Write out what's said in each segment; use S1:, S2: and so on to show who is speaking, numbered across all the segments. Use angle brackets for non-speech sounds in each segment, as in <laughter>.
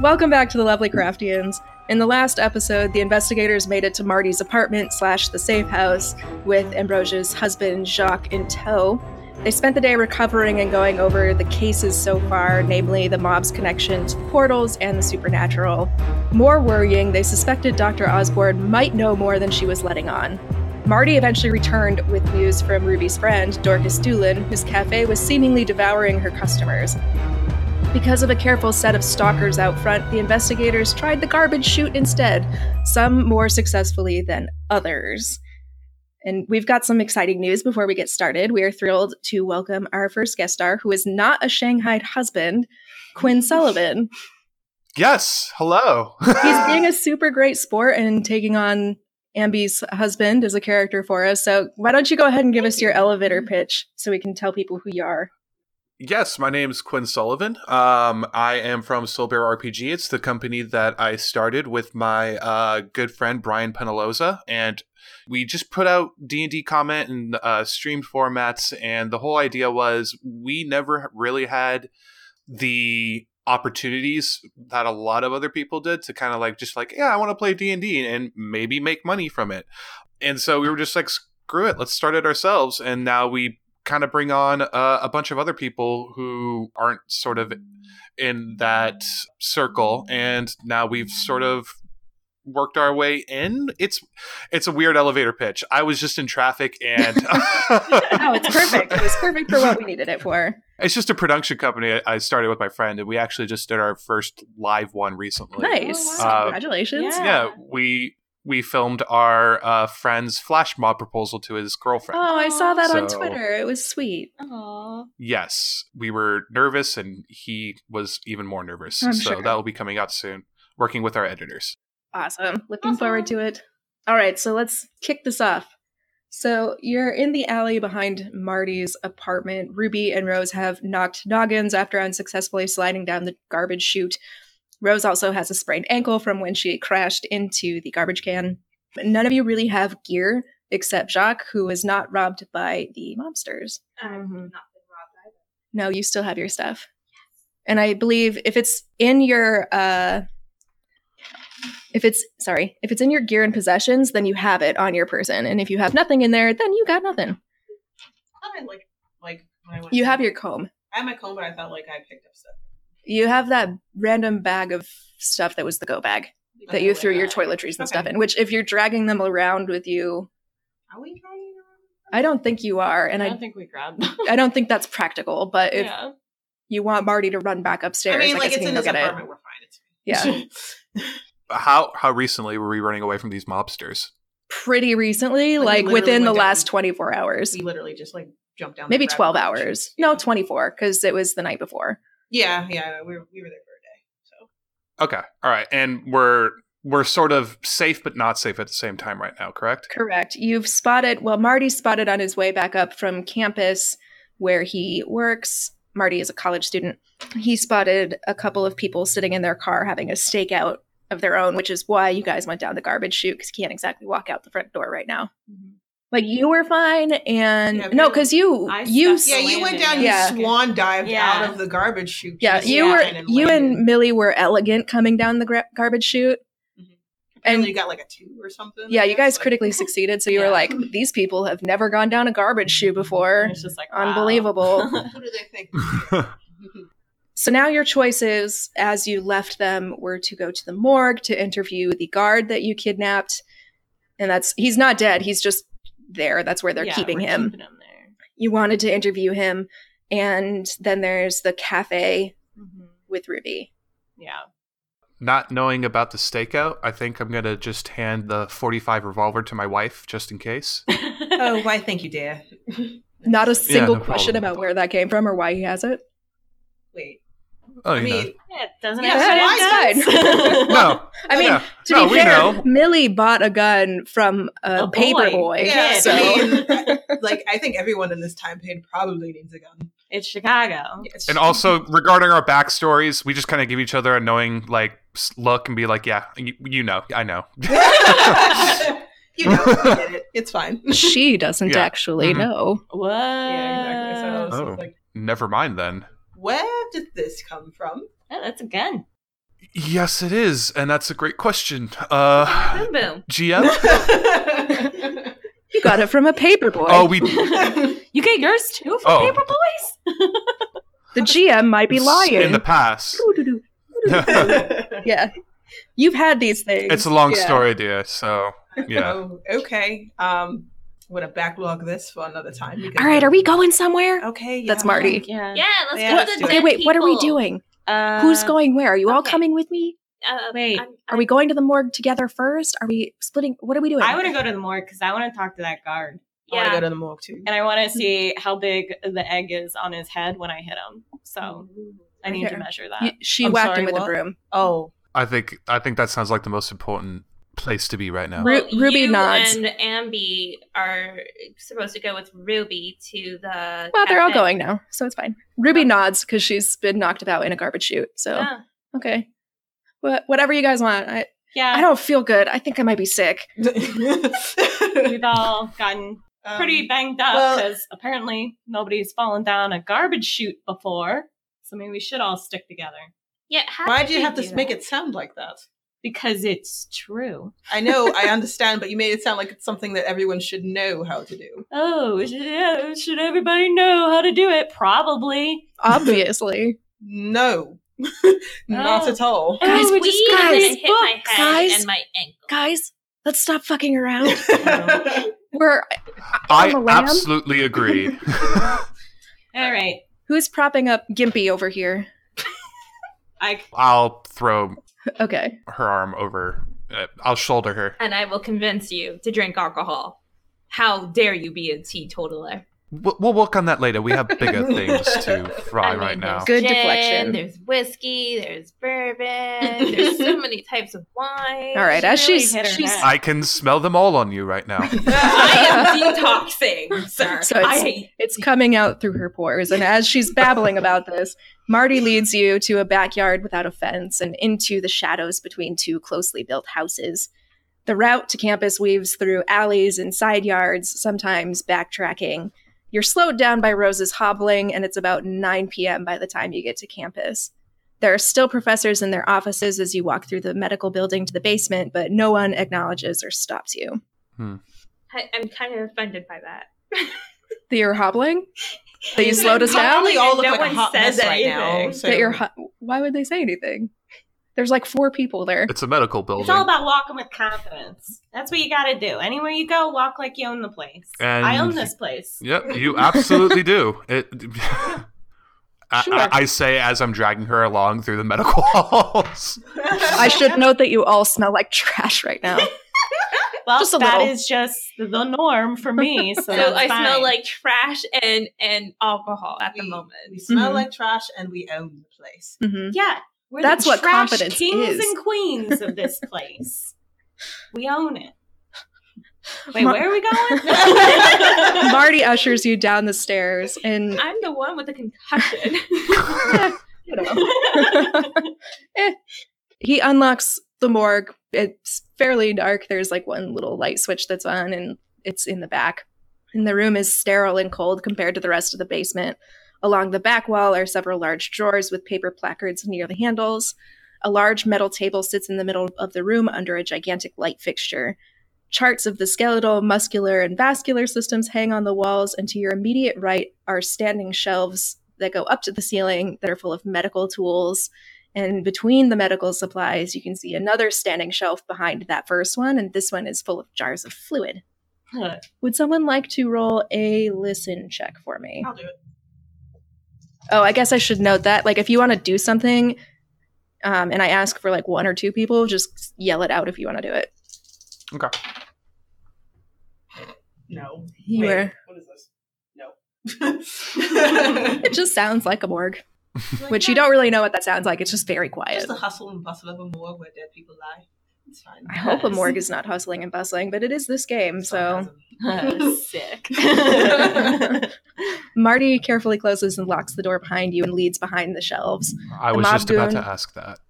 S1: Welcome back to the Lovely Craftians. In the last episode, the investigators made it to Marty's apartment slash the safe house with Ambrosia's husband Jacques in tow. They spent the day recovering and going over the cases so far, namely the mob's connection to portals and the supernatural. More worrying, they suspected Dr. Osborne might know more than she was letting on. Marty eventually returned with news from Ruby's friend, Dorcas Doolin, whose cafe was seemingly devouring her customers. Because of a careful set of stalkers out front, the investigators tried the garbage chute instead, some more successfully than others. And we've got some exciting news before we get started. We are thrilled to welcome our first guest star, who is not a Shanghai husband, <laughs> Quinn Sullivan.
S2: Yes, hello. <laughs>
S1: He's being a super great sport and taking on Ambi's husband as a character for us. So why don't you go ahead and give us your elevator pitch so we can tell people who you are?
S2: Yes, my name is Quinn Sullivan. Um, I am from Soulbear RPG. It's the company that I started with my uh, good friend Brian Penaloza, and we just put out D and D comment and uh, streamed formats. And the whole idea was we never really had the opportunities that a lot of other people did to kind of like just like yeah, I want to play D and D and maybe make money from it. And so we were just like, screw it, let's start it ourselves. And now we kind of bring on uh, a bunch of other people who aren't sort of in that circle and now we've sort of worked our way in it's it's a weird elevator pitch i was just in traffic and <laughs>
S1: No, Oh, it's perfect. It was perfect for what we needed it for.
S2: it's just a production company I- i started with my friend and we actually just did our first live one recently
S1: Nice.
S2: wow. Uh,
S1: Congratulations.
S2: yeah.
S3: Yeah.
S2: we we filmed our uh, friend's flash mob proposal to his girlfriend
S1: Oh, I saw that on
S2: So-
S1: Twitter. It was sweet.
S3: Aww.
S2: Yes, we were nervous, and he was even more nervous.
S1: I'm
S2: so
S1: sure.
S2: that will be coming out soon. Working with our editors.
S1: Awesome. Looking
S3: Awesome.
S1: forward to it. All right, so let's kick this off. So you're in the alley behind Marty's apartment. Ruby and Rose have knocked noggins after unsuccessfully sliding down the garbage chute. Rose also has a sprained ankle from when she crashed into the garbage can. None of you really have gear except Jacques, who was not robbed by the mobsters.
S3: Mm-hmm.
S1: No, you still have your stuff. And I believe if it's in your uh if it's sorry, if it's in your gear and possessions, then you have it on your person. And if you have nothing in there, then you got nothing.
S4: I thought I like like when I went.
S1: You have your comb.
S4: I had my comb, but I thought like I picked up stuff
S1: You have that random bag of stuff that was the go bag that you
S4: Okay,
S1: threw
S4: wait,
S1: your
S4: uh,
S1: toiletries and
S4: Okay.
S1: stuff in, which if you're dragging them around with you,
S4: Are we trying?
S1: I don't think you are, and
S3: I
S1: I
S3: don't think
S1: <laughs>
S3: we grabbed them.
S1: I don't think that's practical, but if
S3: yeah.
S1: you want Marty to run back upstairs,
S4: I
S1: I,
S4: mean, like
S1: guess
S4: it's
S1: you
S4: in
S1: can
S4: this
S1: go get it.
S4: apartment. We're fine. It's
S1: Yeah.
S4: <laughs>
S2: How how recently were we running away from these mobsters?
S1: pretty recently,
S4: Like,
S1: like,
S4: you literally
S1: within the
S4: went down-
S1: last 24 hours.
S4: we literally just like jumped down.
S1: Maybe
S4: the
S1: 12
S4: gravel and
S1: hours.
S4: shit.
S1: No, 24, because it was the night before.
S4: Yeah, yeah. no, We were, we were there for a day.
S2: Okay, all right, and we're we're sort of safe but not safe at the same time right
S1: <laughs>
S2: now. Correct.
S1: Correct. You've spotted, well, Marty spotted on his way back up from campus where he works. Marty is a college student. He spotted a couple of people sitting in their car having a stakeout of their own, which is why you guys went down the garbage chute because he can't exactly walk out the front door right now.
S3: Mm-hmm.
S1: Like you were fine, and
S4: Yeah,
S1: no,
S4: because
S1: because you
S3: I
S1: you
S3: stuck
S4: Yeah, you went down.
S1: Yeah.
S4: You swan dived
S3: Yeah.
S4: out of the garbage chute.
S1: Yeah,
S4: just
S1: you
S3: yeah,
S1: were
S4: and then
S1: you
S4: landed.
S1: and Millie were elegant coming down the gra- garbage chute.
S4: Mhm.
S1: And
S4: Apparently you got like a two or something.
S1: yeah,
S4: I
S1: you
S4: guess,
S1: guys
S4: like-
S1: critically succeeded. So you were
S3: Yeah.
S1: like, these people have never gone down a garbage chute before.
S3: And it's just like wow. <laughs>
S1: Unbelievable.
S4: <laughs> Who do they
S1: <laughs>
S4: think?
S1: So now your choices as you left them were to go to the morgue to interview the guard that you kidnapped. And that's he's not dead, he's just there. That's where they're
S3: Yeah,
S1: keeping
S3: we're
S1: him.
S3: Keeping him there.
S1: You wanted to interview him. And then there's the cafe with Ruby.
S3: Mm-hmm. Yeah. <laughs>
S2: Not knowing about the stakeout, I think I'm gonna just hand the 45 revolver to my wife just in case.
S4: oh, why? Thank you, dear.
S1: Not a single
S2: no
S1: question
S2: problem.
S1: about where that came from or why he has it.
S4: Wait.
S2: Oh,
S4: I
S2: you
S4: mean,
S3: Yeah, it doesn't
S4: Yeah,
S3: have
S1: so why- <laughs>
S3: sense.
S2: know. No,
S1: I mean,
S2: yeah.
S1: To
S2: no,
S1: be
S2: we
S1: fair,
S2: know.
S1: Millie bought a gun from a,
S3: A boy.
S1: paper boy.
S4: Yeah,
S1: so
S4: I mean,
S1: <laughs>
S4: like I think everyone in this time period probably needs a gun.
S3: It's Chicago.
S4: Yes.
S2: And
S4: <laughs>
S2: also regarding our backstories, we just kind of give each other a knowing like s- look and be like, yeah, you, you know,
S1: <laughs>
S2: I know. <laughs>
S4: you know, I get it. It's fine.
S1: she doesn't
S2: Yeah.
S1: actually
S5: Mm-hmm.
S2: Mhm.
S1: know.
S3: What?
S4: Yeah, exactly. So I was
S2: Oh.
S4: like,
S2: Never mind then. <laughs>
S4: where did this come from?
S3: oh, that's a gun.
S5: Yes, it is, and that's a great question. Uh,
S3: Boom boom.
S1: <laughs>
S5: GM.
S1: You got it from a paper boy.
S5: Oh, we
S3: You get yours too from
S5: Oh.
S3: Paper Boys?
S1: the GM might be lying.
S5: in the
S1: <laughs>
S5: past.
S1: Doo-doo-doo.
S2: <laughs>
S1: yeah. You've had these things.
S5: it's a long
S1: Yeah.
S5: story, dear.
S1: <laughs>
S5: So yeah.
S4: Oh, okay. Um, I'm gonna backlog this for another time. because-
S1: All right, are we going somewhere?
S4: Okay.
S1: That's
S4: yeah.
S1: Marty.
S3: yeah.
S6: Yeah, let's
S4: Yeah,
S6: go
S4: let's
S6: to
S4: do it.
S6: the dead
S1: Okay, wait, what are we
S6: people.
S1: doing?
S3: Uh,
S1: Who's going where? Are you all
S6: okay.
S1: coming with me?
S6: Uh,
S3: Wait.
S6: I'm-
S1: Are we going to the morgue together first? Are we splitting? What are we doing?
S3: I want to go to the morgue because I want to talk to that guard.
S4: I want to
S6: Yeah.
S4: go to the morgue too.
S3: And I want to see how big the egg is on his head when I hit him. So I need
S1: Okay.
S3: to measure that.
S1: You- she
S4: I'm
S1: whacked
S4: sorry,
S1: him with a
S4: what?
S1: broom.
S4: Oh, <laughs>
S5: I think I think that sounds like the most important place to be right now.
S1: Ru- Ruby
S6: you
S1: nods.
S6: and Ambi are supposed to go with Ruby to the.
S1: Well, they're all
S6: cafe.
S1: going now, so it's fine. Ruby nods because she's been knocked about in a garbage chute. So
S6: Yeah.
S1: okay, what whatever you guys want. I
S3: yeah.
S1: I don't feel good. I think I might be <laughs> sick.
S3: We've all gotten
S4: Um,
S3: pretty banged up
S4: well-
S3: because apparently nobody's fallen down a garbage chute before. So maybe we should all stick together
S6: Yeah. How
S4: Why
S6: did
S4: do you
S6: they
S4: have to
S6: do that?
S4: make it sound like that?
S3: because it's true.
S4: I know, I understand, but you made it sound like it's something that everyone should know how to do.
S3: Oh, sh- yeah, should everybody know how to do it? Probably.
S1: Obviously,
S4: No, <laughs> not
S3: Oh.
S4: at all.
S1: Guys,
S6: Guys,
S1: we
S6: we
S1: just got
S6: hit
S1: this
S6: my
S1: book,
S6: head
S1: guys.
S6: and my ankle.
S1: guys, let's stop fucking around. <laughs> We're
S5: I
S1: I'm a lamb.
S5: absolutely agree.
S3: All right.
S1: who's propping up Gimpy over here?
S3: I
S5: I'll throw
S1: Okay,
S5: her arm over. uh, I'll shoulder her.
S6: And I will convince you to drink alcohol. How dare you be a teetotaler?
S5: We'll, we'll work on that later. We have bigger things to fry
S6: I mean,
S5: right now.
S6: there's
S1: Good
S6: gin,
S1: deflection.
S6: There's whiskey. There's bourbon.
S1: <laughs>
S6: there's so many types of wine.
S1: all right.
S3: She
S1: As
S3: really
S1: she's
S3: hit her
S1: she's
S3: head.
S5: I can smell them all on you right now.
S4: <laughs>
S6: I am
S1: <laughs>
S6: detoxing, sir.
S1: So it's-
S6: I hate
S1: It's coming out through her pores. And as she's babbling about this, Marty leads you to a backyard without a fence and into the shadows between two closely built houses. The route to campus weaves through alleys and side yards, sometimes backtracking. You're slowed down by Rose's hobbling, and it's about 9 p.m. by the time you get to campus. There are still professors in their offices as you walk through the medical building to the basement, but no one acknowledges or stops you.
S6: I, I'm kind of offended by that.
S1: That you're hobbling? That <laughs> you slowed us
S4: Probably
S1: down?
S4: all look
S6: No
S4: like a
S6: one
S4: hot
S6: says
S4: mess right now.
S6: anything.
S4: So
S1: that
S4: <laughs>
S1: you're hu- why would they say anything there's like four people
S2: <laughs>
S1: there
S5: It's a medical building.
S3: It's all about walking with confidence. That's what you got to do. Anywhere you go, walk like you own the place.
S5: And-
S3: I own this place.
S5: Yep, you absolutely do. It, <laughs> I,
S1: Sure.
S5: I, I say as I'm dragging her along through the medical <laughs> halls.
S1: i should note that you all smell like trash right <laughs> now
S3: Well, that
S1: Just
S3: is
S1: a little.
S3: just the norm for me. So,
S6: So
S3: that's
S6: I smell
S3: fine.
S6: like trash and and alcohol at the
S4: We-
S6: moment.
S4: We smell
S1: Mhm.
S4: like trash and we own the
S6: <laughs>
S4: place. <laughs>
S1: Mhm.
S3: yeah. We're
S1: That's
S3: the
S1: what
S3: trash
S1: confidence
S3: kings
S1: is.
S3: and queens of
S1: <laughs>
S3: this place. we own it. Wait,
S1: Ma-
S3: where are we
S1: <laughs>
S3: going?
S1: marty ushers you down the stairs and
S6: I'm the one with the concussion. <laughs>
S1: you know <laughs> Eh. he unlocks the morgue it's fairly dark there's like one little light switch that's on and it's in the back and the room is sterile and cold compared to the rest of the basement along the back wall are several large drawers with paper placards near the handles a large metal table sits in the middle of the room under a gigantic light fixture Charts of the skeletal, muscular, and vascular systems hang on the walls, and to your immediate right are standing shelves that go up to the ceiling that are full of medical tools. And between the medical supplies, you can see another standing shelf behind that first one, and this one is full of jars of fluid. Would someone like to roll a listen check for me?
S4: I'll do it.
S1: Oh, I guess I should note that. Like, if you want to do something, um, and I ask for like one or two people, just yell it out if you want to do it.
S4: No.
S1: You
S4: Wait,
S1: were.
S4: What is this?
S6: <laughs>
S4: No.
S1: It just sounds like a morgue,
S6: Like,
S1: which you don't really know what that sounds like. It's just very quiet.
S4: <laughs> Just the hustle and bustle of a morgue where dead people lie. It's fine.
S1: I hope a
S3: Yes.
S1: morgue is not hustling and bustling, but it is this game. So
S4: Sarcasm.
S1: <laughs>
S3: Sick.
S1: Marty carefully closes and locks the door behind you and leads behind the shelves. <laughs>
S5: I
S1: The
S5: was
S1: mob
S5: just about
S1: goon.
S5: to ask that.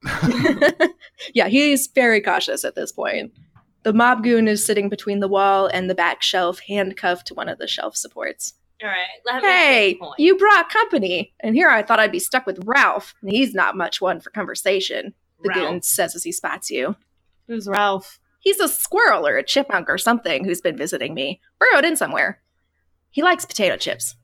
S5: <laughs>
S1: yeah, he's very cautious at this point. The mob goon is sitting between the wall and the back shelf, handcuffed to one of the shelf supports.
S6: All right. Let me
S1: Hey,
S6: point.
S1: you brought company. And here I thought I'd be stuck with Ralph, and he's not much one for conversation. the
S6: Ralph.
S1: goon says as he spots you.
S3: Who's Ralph?
S1: He's a squirrel or a chipmunk or something who's been visiting me, burrowed in somewhere. He likes potato chips.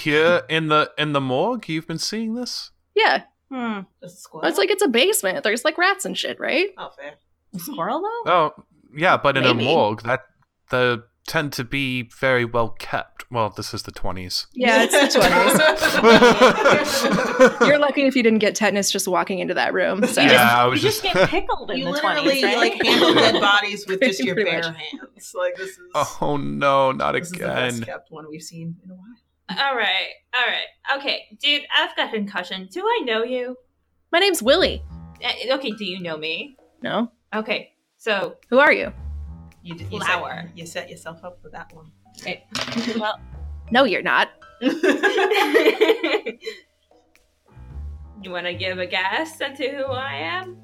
S5: Here in the in the morgue, you've been seeing this.
S1: Yeah,
S3: Hmm.
S4: Just a squirrel.
S1: well, it's like it's a basement. There's like rats and shit, right?
S4: oh, fair.
S3: A squirrel though?
S5: Oh, yeah, but in
S1: Maybe.
S5: a morgue, that the tend to be very well kept. Well, this is the
S4: <laughs>
S5: twenties.
S1: Yeah, it's <laughs> the
S5: <laughs>
S1: 20s.
S5: yeah,
S1: You're lucky if you didn't get tetanus just walking into that room. So.
S3: Yeah.
S5: I was
S3: You just
S5: just. <laughs>
S3: get pickled in
S4: You
S3: the
S4: literally
S3: 20s, right?
S4: like handle
S1: <laughs>
S4: dead bodies with just your
S1: Pretty
S4: bare
S1: much.
S4: hands. Like this is
S5: oh no, not
S4: this is the best
S5: again.
S4: kept one we've seen in a while.
S6: All right, all right, okay, dude. I've got concussion. Do I know you?
S1: My name's Willie.
S6: Eh, Okay, do you know me?
S1: No?
S6: Okay, so
S1: Who are you?
S4: You,
S6: you set- Flower.
S4: you set yourself up for that one. <laughs>
S6: well, <laughs>
S1: No, you're not.
S6: you want to give a guess as to who I am?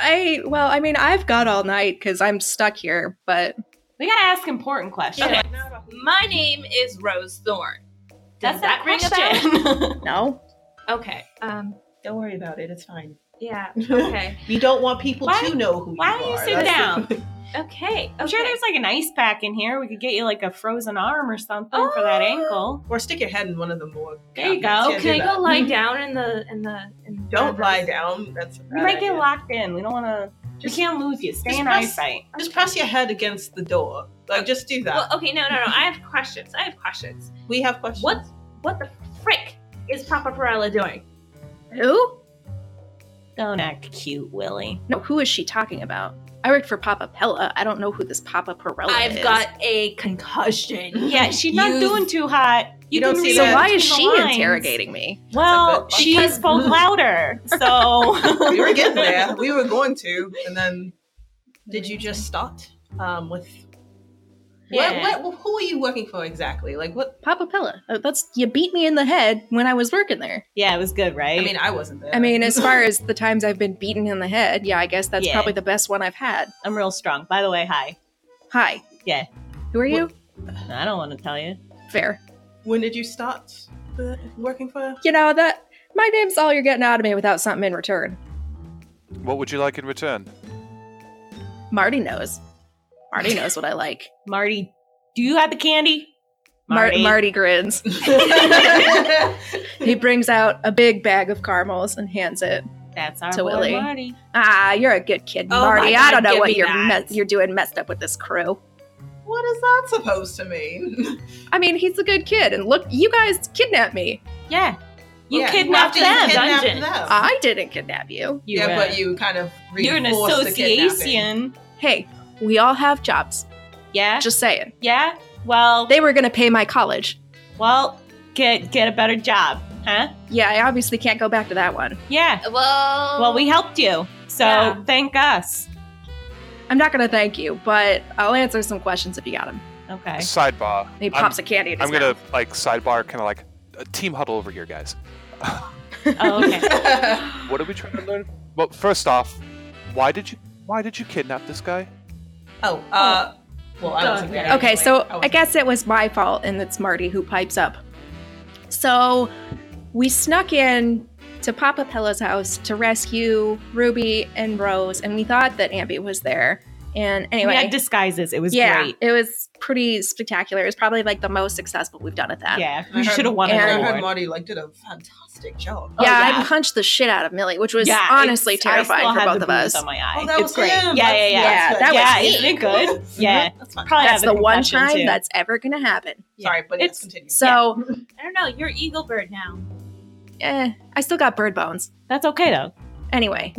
S1: I, well, I mean, I've got all night because I'm stuck here, but
S3: <laughs> We gotta ask important questions.
S6: Okay. My name is Rose Thorne.
S3: That's
S6: Does that
S3: that
S6: ring a bell?
S3: question.
S1: no.
S6: Okay. Um.
S4: Don't worry about it. It's fine.
S6: Yeah. Okay.
S4: You don't want people
S3: Why-
S4: to know who
S3: why
S4: you
S3: don't
S4: are.
S3: you sit
S4: That's the-
S3: down?
S6: Okay.
S3: I'm sure
S6: okay.
S3: there's like an ice pack in here. We could get you like a frozen arm or something for that
S6: Oh.
S3: ankle.
S4: <laughs> Or stick your head in one of the more.
S3: There you
S4: cabinets.
S3: go.
S4: Yeah, do
S6: Can I
S4: that.
S6: go
S1: Mm-hmm.
S6: lie down in the in the in
S4: Don't
S6: the,
S4: lie down. That's a
S3: We
S4: bad
S3: might get
S4: idea.
S3: locked in. We don't want to. We
S4: Just-
S3: can't lose you. Stay
S4: just
S3: in
S4: press-
S3: eyesight.
S4: Just press your head against the door. Like, just do that.
S6: Well, okay. No, no, no. I have questions. I have questions.
S4: we have questions.
S6: What what the frick is Papa Perella doing?
S1: Who?
S3: Don't act cute, Willie.
S1: No, who is she talking about? I worked for Papa Pella. I don't know who this Papa Perella
S6: I've
S1: is.
S6: got a <laughs> concussion.
S3: Yeah, she's not
S6: You've-
S3: doing too hot.
S4: You don't
S3: can
S4: see
S3: read
S1: So
S4: that.
S1: why is
S3: between
S1: she
S3: the lines.
S1: interrogating me?
S3: Well,
S4: That's a good
S3: she
S6: question.
S3: spoke <laughs> louder, <laughs> so
S4: <laughs> we were getting there. We were going to, and then did you just start um, with?
S6: Yeah.
S4: What, what, who are you working for exactly? Like what?
S1: Papa Pella. Uh, That's you beat me in the head when I was working there.
S3: Yeah, it was good, right?
S4: I mean, I wasn't there.
S1: I mean,
S4: <laughs>
S1: as far as the times I've been beaten in the head, yeah, I guess that's
S3: Yeah.
S1: probably the best one I've had.
S3: I'm real strong. By the way, hi.
S1: Hi.
S3: Yeah.
S1: Who are you?
S3: I don't want to tell you.
S1: Fair.
S4: when did you start uh, working
S1: <laughs>
S4: for? <laughs>
S1: You know that my name's all you're getting out of me without something in return.
S5: What would you like in return?
S1: Marty knows. Marty knows what I like.
S3: Marty, do you have the candy?
S1: Mar- Marty
S3: <laughs>
S1: grins. He brings out a big bag of caramels and hands it.
S3: That's our
S1: To
S3: boy,
S1: Willie.
S3: Marty.
S1: Ah, you're a good kid,
S6: Oh my
S1: Marty. I
S6: God,
S1: don't know
S6: give
S1: what
S6: me
S1: you're
S6: that.
S1: me- you're doing messed up with this crew.
S4: what is that supposed to mean?
S1: I mean, he's a good kid, and look, you guys kidnapped me.
S3: Yeah. <laughs> You
S4: Yeah,
S3: kidnapped
S4: after you
S3: them.
S4: kidnapped
S6: dungeons.
S4: them.
S1: I didn't kidnap you.
S3: You,
S4: yeah,
S3: uh,
S4: but you kind of
S3: you're an
S4: reinforced the kidnapping.
S3: association.
S1: Hey, we all have jobs.
S3: Yeah.
S1: Just saying.
S3: yeah. Well,
S1: They were gonna pay my college.
S3: well, get get a better job, huh?
S1: Yeah, I obviously can't go back to that one.
S3: Yeah.
S6: Well.
S3: Well, we helped you. So,
S6: Yeah.
S3: thank us.
S1: I'm not gonna thank you, but I'll answer some questions if you got them.
S3: Okay.
S5: Sidebar.
S1: He pops a candy. In his
S5: I'm gonna
S1: mouth.
S5: like sidebar, kind of like uh, team huddle over here,
S3: <gasps>
S5: guys.
S3: Oh, okay.
S5: What are we trying to learn? Well, first off, why did you why did you kidnap this guy?
S4: <laughs> oh, uh, well, I
S3: Oh.
S4: wasn't there.
S1: Okay,
S4: anyway.
S1: so I
S4: wasn't-
S1: guess it was my fault, and it's Marty who pipes up. So we snuck in to Papa Pella's house to rescue Ruby and Rose, and we thought that Ambi was there. And anyway,
S3: We had disguises. It was
S1: yeah,
S3: great.
S1: it was pretty spectacular. It was probably like the most successful we've done at that.
S3: Yeah.
S4: I
S3: You
S4: heard-
S3: should have won
S4: I
S1: and-
S3: an
S4: heard
S3: award.
S4: Marty like did a fantastic job.
S3: Oh,
S1: yeah,
S3: yeah.
S1: I punched the shit out of Millie, which was
S3: Yeah,
S1: honestly
S3: it's- I still
S1: terrifying for
S3: have
S1: both
S3: the
S1: of us.
S3: bruise On my eye.
S4: Oh, that
S3: it's
S4: was
S3: great.
S4: him.
S3: Yeah, yeah,
S4: That's-
S3: yeah.
S1: Yeah,
S4: good.
S1: that was
S3: yeah,
S1: me.
S3: isn't
S4: <laughs>
S3: it good? Yeah.
S4: Mm-hmm. that's fine.
S3: Probably
S1: That's
S3: have
S1: the
S3: a
S1: one
S3: concussion,
S1: time
S3: too.
S1: that's ever gonna happen.
S4: Sorry, but it's
S3: It's-
S4: continue.
S1: So,
S6: I don't know. You're Eagle Bird now.
S1: eh, I still got bird bones.
S3: That's okay though.
S1: Anyway,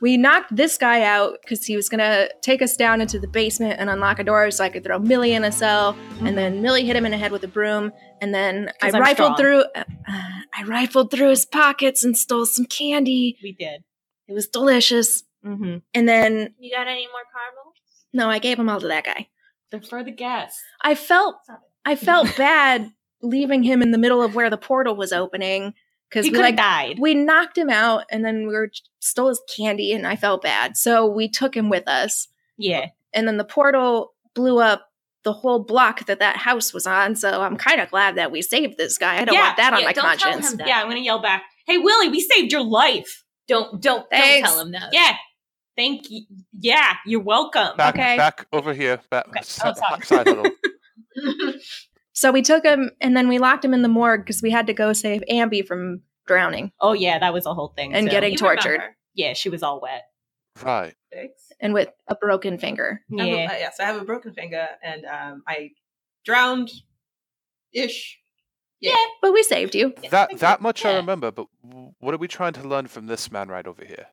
S1: we knocked this guy out because he was gonna take us down into the basement and unlock a door so I could throw Millie in a cell.
S3: Mhm.
S1: And then Millie hit him in the head with a broom. And then I
S3: 'Cause I'm
S1: rifled
S3: strong.
S1: through. Uh, uh, I rifled through his pockets and stole some candy.
S3: We did.
S1: It was delicious.
S3: Mm-hmm.
S1: And then
S6: You got any more caramels?
S1: no, I gave him all to that guy.
S3: They're for the guests.
S1: I felt
S6: Stop it.
S1: I felt <laughs> bad leaving him in the middle of where the portal was opening because
S3: He
S1: we
S3: could have
S1: like
S3: died.
S1: we knocked him out and then we were stole his candy and I felt bad. So we took him with us.
S3: Yeah.
S1: and then the portal blew up the whole block that that house was on. So I'm kind of glad that we saved this guy. I don't
S3: Yeah,
S1: want that on
S6: yeah,
S1: my
S6: don't tell him
S1: conscience.
S6: that.
S3: Yeah, I'm gonna yell back. Hey Willie, we saved your life.
S6: Don't don't don't
S1: Thanks.
S6: tell him that.
S3: Yeah. Thank you. Yeah, you're welcome.
S5: Back,
S1: Okay.
S5: back over here. Back,
S3: Okay. Oh,
S5: si-
S3: sorry.
S5: side
S3: <laughs>
S5: huddle.
S1: So we took him and then we locked him in the morgue because we had to go save Ambi from drowning.
S3: Oh yeah, that was a whole thing.
S1: And
S3: too.
S1: getting
S6: You
S1: tortured.
S6: remember.
S3: yeah, she was all wet.
S5: Right.
S4: Thanks.
S1: and with a broken finger.
S4: I have a-
S3: Yeah,
S4: uh, yes, I have a broken finger and um, I drowned ish.
S1: But we saved you.
S5: That that much I
S3: Yeah.
S5: remember, but w- what are we trying to learn from this man right over here?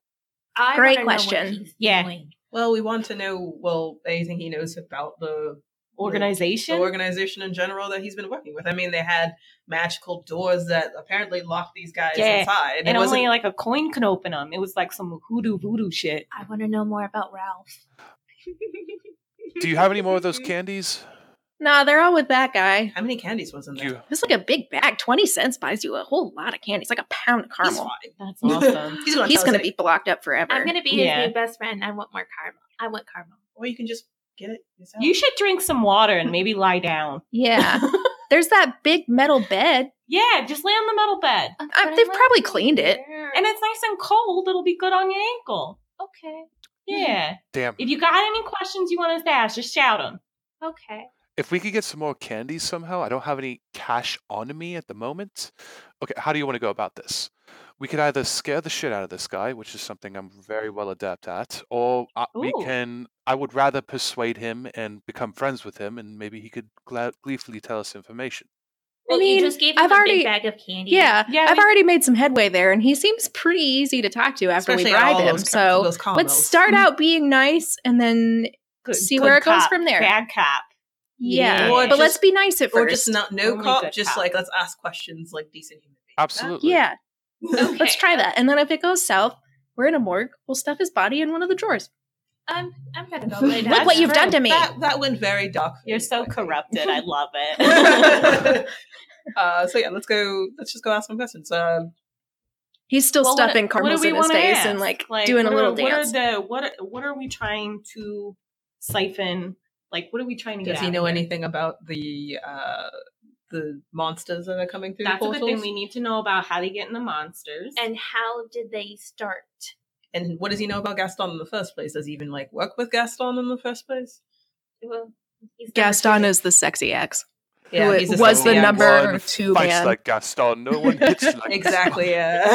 S6: I
S1: Great
S6: wanna know what
S1: question.
S6: he's
S3: Yeah.
S6: doing.
S4: Well, we want to know, well, anything he knows about the, the
S3: organization.
S4: organization in general that he's been working with. I mean, they had magical doors that apparently lock these guys
S3: Yeah,
S4: inside.
S3: and only like a coin could open them. It was like some hoodoo voodoo shit.
S6: I want to know more about Ralph.
S5: Do you have any more of
S1: <laughs>
S5: those candies?
S1: Nah, they're all with that guy.
S4: How many candies was in
S5: Do
S4: there?
S5: you
S1: It's like a big bag. 20 cents buys you a whole lot of candy. It's like a pound of
S4: He's
S1: caramel.
S4: fine.
S3: That's
S4: <laughs>
S3: awesome.
S4: He's gonna,
S1: He's
S4: tell us
S1: going to
S4: any-
S1: be blocked up forever.
S6: I'm gonna be
S3: Yeah.
S6: his new best friend. I want more karma. I want karma.
S4: Or you can just get it yourself.
S3: you should drink some water and maybe lie down.
S1: yeah. There's that big metal bed.
S3: Yeah, just lay on the metal bed.
S1: I- Um, they've probably cleaned it.
S3: And it's nice and cold. It'll be good on your ankle.
S6: okay.
S3: Yeah.
S5: damn.
S3: If you got any questions you want us to ask, just shout them.
S6: Okay.
S5: If we could get some more candies somehow, I don't have any cash on me at the moment. Okay, how do you want to go about this? We could either scare the shit out of this guy, which is something I'm very well adept at, or uh, we
S3: Ooh.
S5: can. I would rather persuade him and become friends with him, and maybe he could gla- gleefully tell us information.
S6: Well,
S1: mean,
S6: you just gave him
S1: I've
S6: a
S1: already-
S6: big bag of candy.
S1: Yeah.
S3: Yeah, I
S1: I've
S3: mean-
S1: already made some headway there, and he seems pretty easy to talk to after
S4: Especially
S1: we bribe
S4: all
S1: him.
S4: those com-
S1: so
S4: those combos.
S1: let's start
S3: Mm-hmm.
S1: out being nice and then,
S3: Good,
S1: See
S3: good
S1: where it goes
S3: cop,
S1: from there.
S3: Bad cop.
S1: yeah.
S3: Yeah.
S4: Or
S1: But let's
S4: just-
S1: be nice at
S4: Or
S1: first.
S4: just not no
S3: Only
S4: cop,
S3: good
S4: just
S3: cop.
S4: like let's ask questions like decent human beings. <laughs>
S5: Absolutely.
S1: Uh, yeah.
S6: Okay.
S1: Let's try that. And then if it goes south, we're in a morgue. We'll stuff his body in one of the drawers.
S6: I'm. I'm gonna
S1: <laughs>
S6: go lay
S1: <laughs>
S6: down.
S1: Look what you've
S3: true.
S1: done to me.
S4: That that went very dark. for
S3: You're
S4: me, <laughs>
S3: so
S4: I think.
S3: corrupted. I love
S1: <laughs>
S3: it.
S4: uh, so yeah, let's go. Let's just go ask some questions. Um,
S1: He's still
S3: Well, what-
S1: stuffing caramels
S3: do we
S1: in his
S3: wanna
S1: face
S3: ask?
S1: and like, doing a
S3: what are-
S1: little dance.
S3: What are the what? Are, what are we trying to siphon? Like, what are we trying to
S4: does
S3: get?
S4: he
S3: out
S4: know
S3: of it?
S4: anything about the uh, the monsters that are coming through
S3: That's
S4: the
S3: a good
S4: portals?
S3: thing. We need to know about how they get in the monsters.
S6: <laughs> And how did they start?
S4: and what does he know about Gaston in the first place? Does he even like work with Gaston in the first place?
S6: Well, he's never
S1: Gaston
S6: seen-
S1: is the sexy ex.
S4: Yeah,
S1: who
S4: he's a
S1: was the
S4: sexy actor.
S1: number
S5: One
S1: two
S5: Fights
S1: man.
S5: like Gaston. No one
S1: <laughs>
S5: hits like
S4: Exactly. Yeah.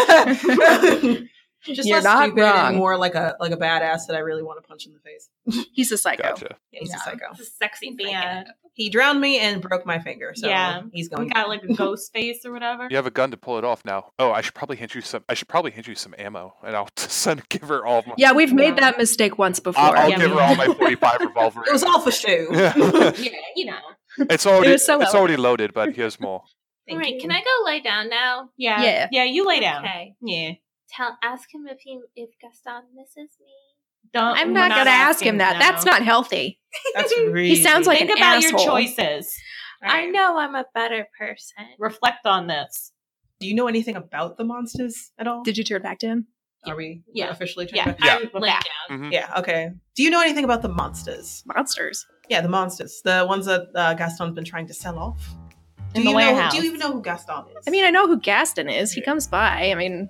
S4: Just
S1: You're
S4: less
S1: not
S4: stupid
S1: wrong.
S4: and more like a like a badass that I really want to punch in the face.
S1: He's a psycho.
S5: Gotcha.
S4: Yeah, he's
S6: Yeah.
S4: a psycho.
S6: It's a sexy
S3: Yeah.
S6: man.
S4: He drowned me and broke my finger, so
S3: Yeah.
S4: he's
S3: we
S4: going.
S3: got like a
S6: <laughs>
S3: ghost face or whatever.
S5: You have a gun to pull it off now. Oh, I should probably hint you some. I should probably hint you some ammo, and I'll <laughs> send give her all. Of my,
S1: Yeah, we've made
S3: Yeah.
S1: that mistake once before.
S5: I'll, I'll
S3: Yeah,
S5: give
S3: we
S5: her all my
S3: <laughs>
S5: forty-five revolver.
S4: it was
S5: ammo.
S4: all
S5: <laughs>
S4: for show.
S5: Yeah.
S1: <laughs>
S3: Yeah, you know.
S5: it's already
S1: was so
S5: it's
S1: well-
S5: already loaded, but here's
S4: <laughs>
S5: more.
S6: All
S4: Thank
S6: right.
S4: you.
S6: Can I go lay down now?
S3: Yeah.
S1: Yeah.
S3: You lay down.
S6: Okay.
S3: Yeah.
S6: Tell. Ask him if he if Gaston misses me.
S3: Don't,
S1: <laughs> I'm
S3: we're
S1: not going to ask
S3: asking
S1: him that.
S3: now.
S1: That's not healthy.
S4: That's really.
S1: sounds like-
S3: Think
S1: an
S3: about your
S1: asshole.
S3: choices.
S6: I know I'm a better person.
S3: Reflect on this.
S4: Do you know anything about the monsters at all?
S1: Did you turn back to him?
S4: Are we
S3: Yeah.
S4: officially? turned
S3: Yeah.
S4: back?
S5: Yeah.
S3: I'm
S6: Lay
S3: back.
S6: down.
S5: Mhm.
S4: Yeah. Okay. Do you know anything about the monsters?
S1: Monsters.
S4: Yeah, the monsters, the ones that uh, Gaston's been trying to sell off. do
S3: In the
S4: you
S3: warehouse.
S4: Know, do you even know who Gaston is?
S1: I mean, I know who Gaston is. He comes by. I mean,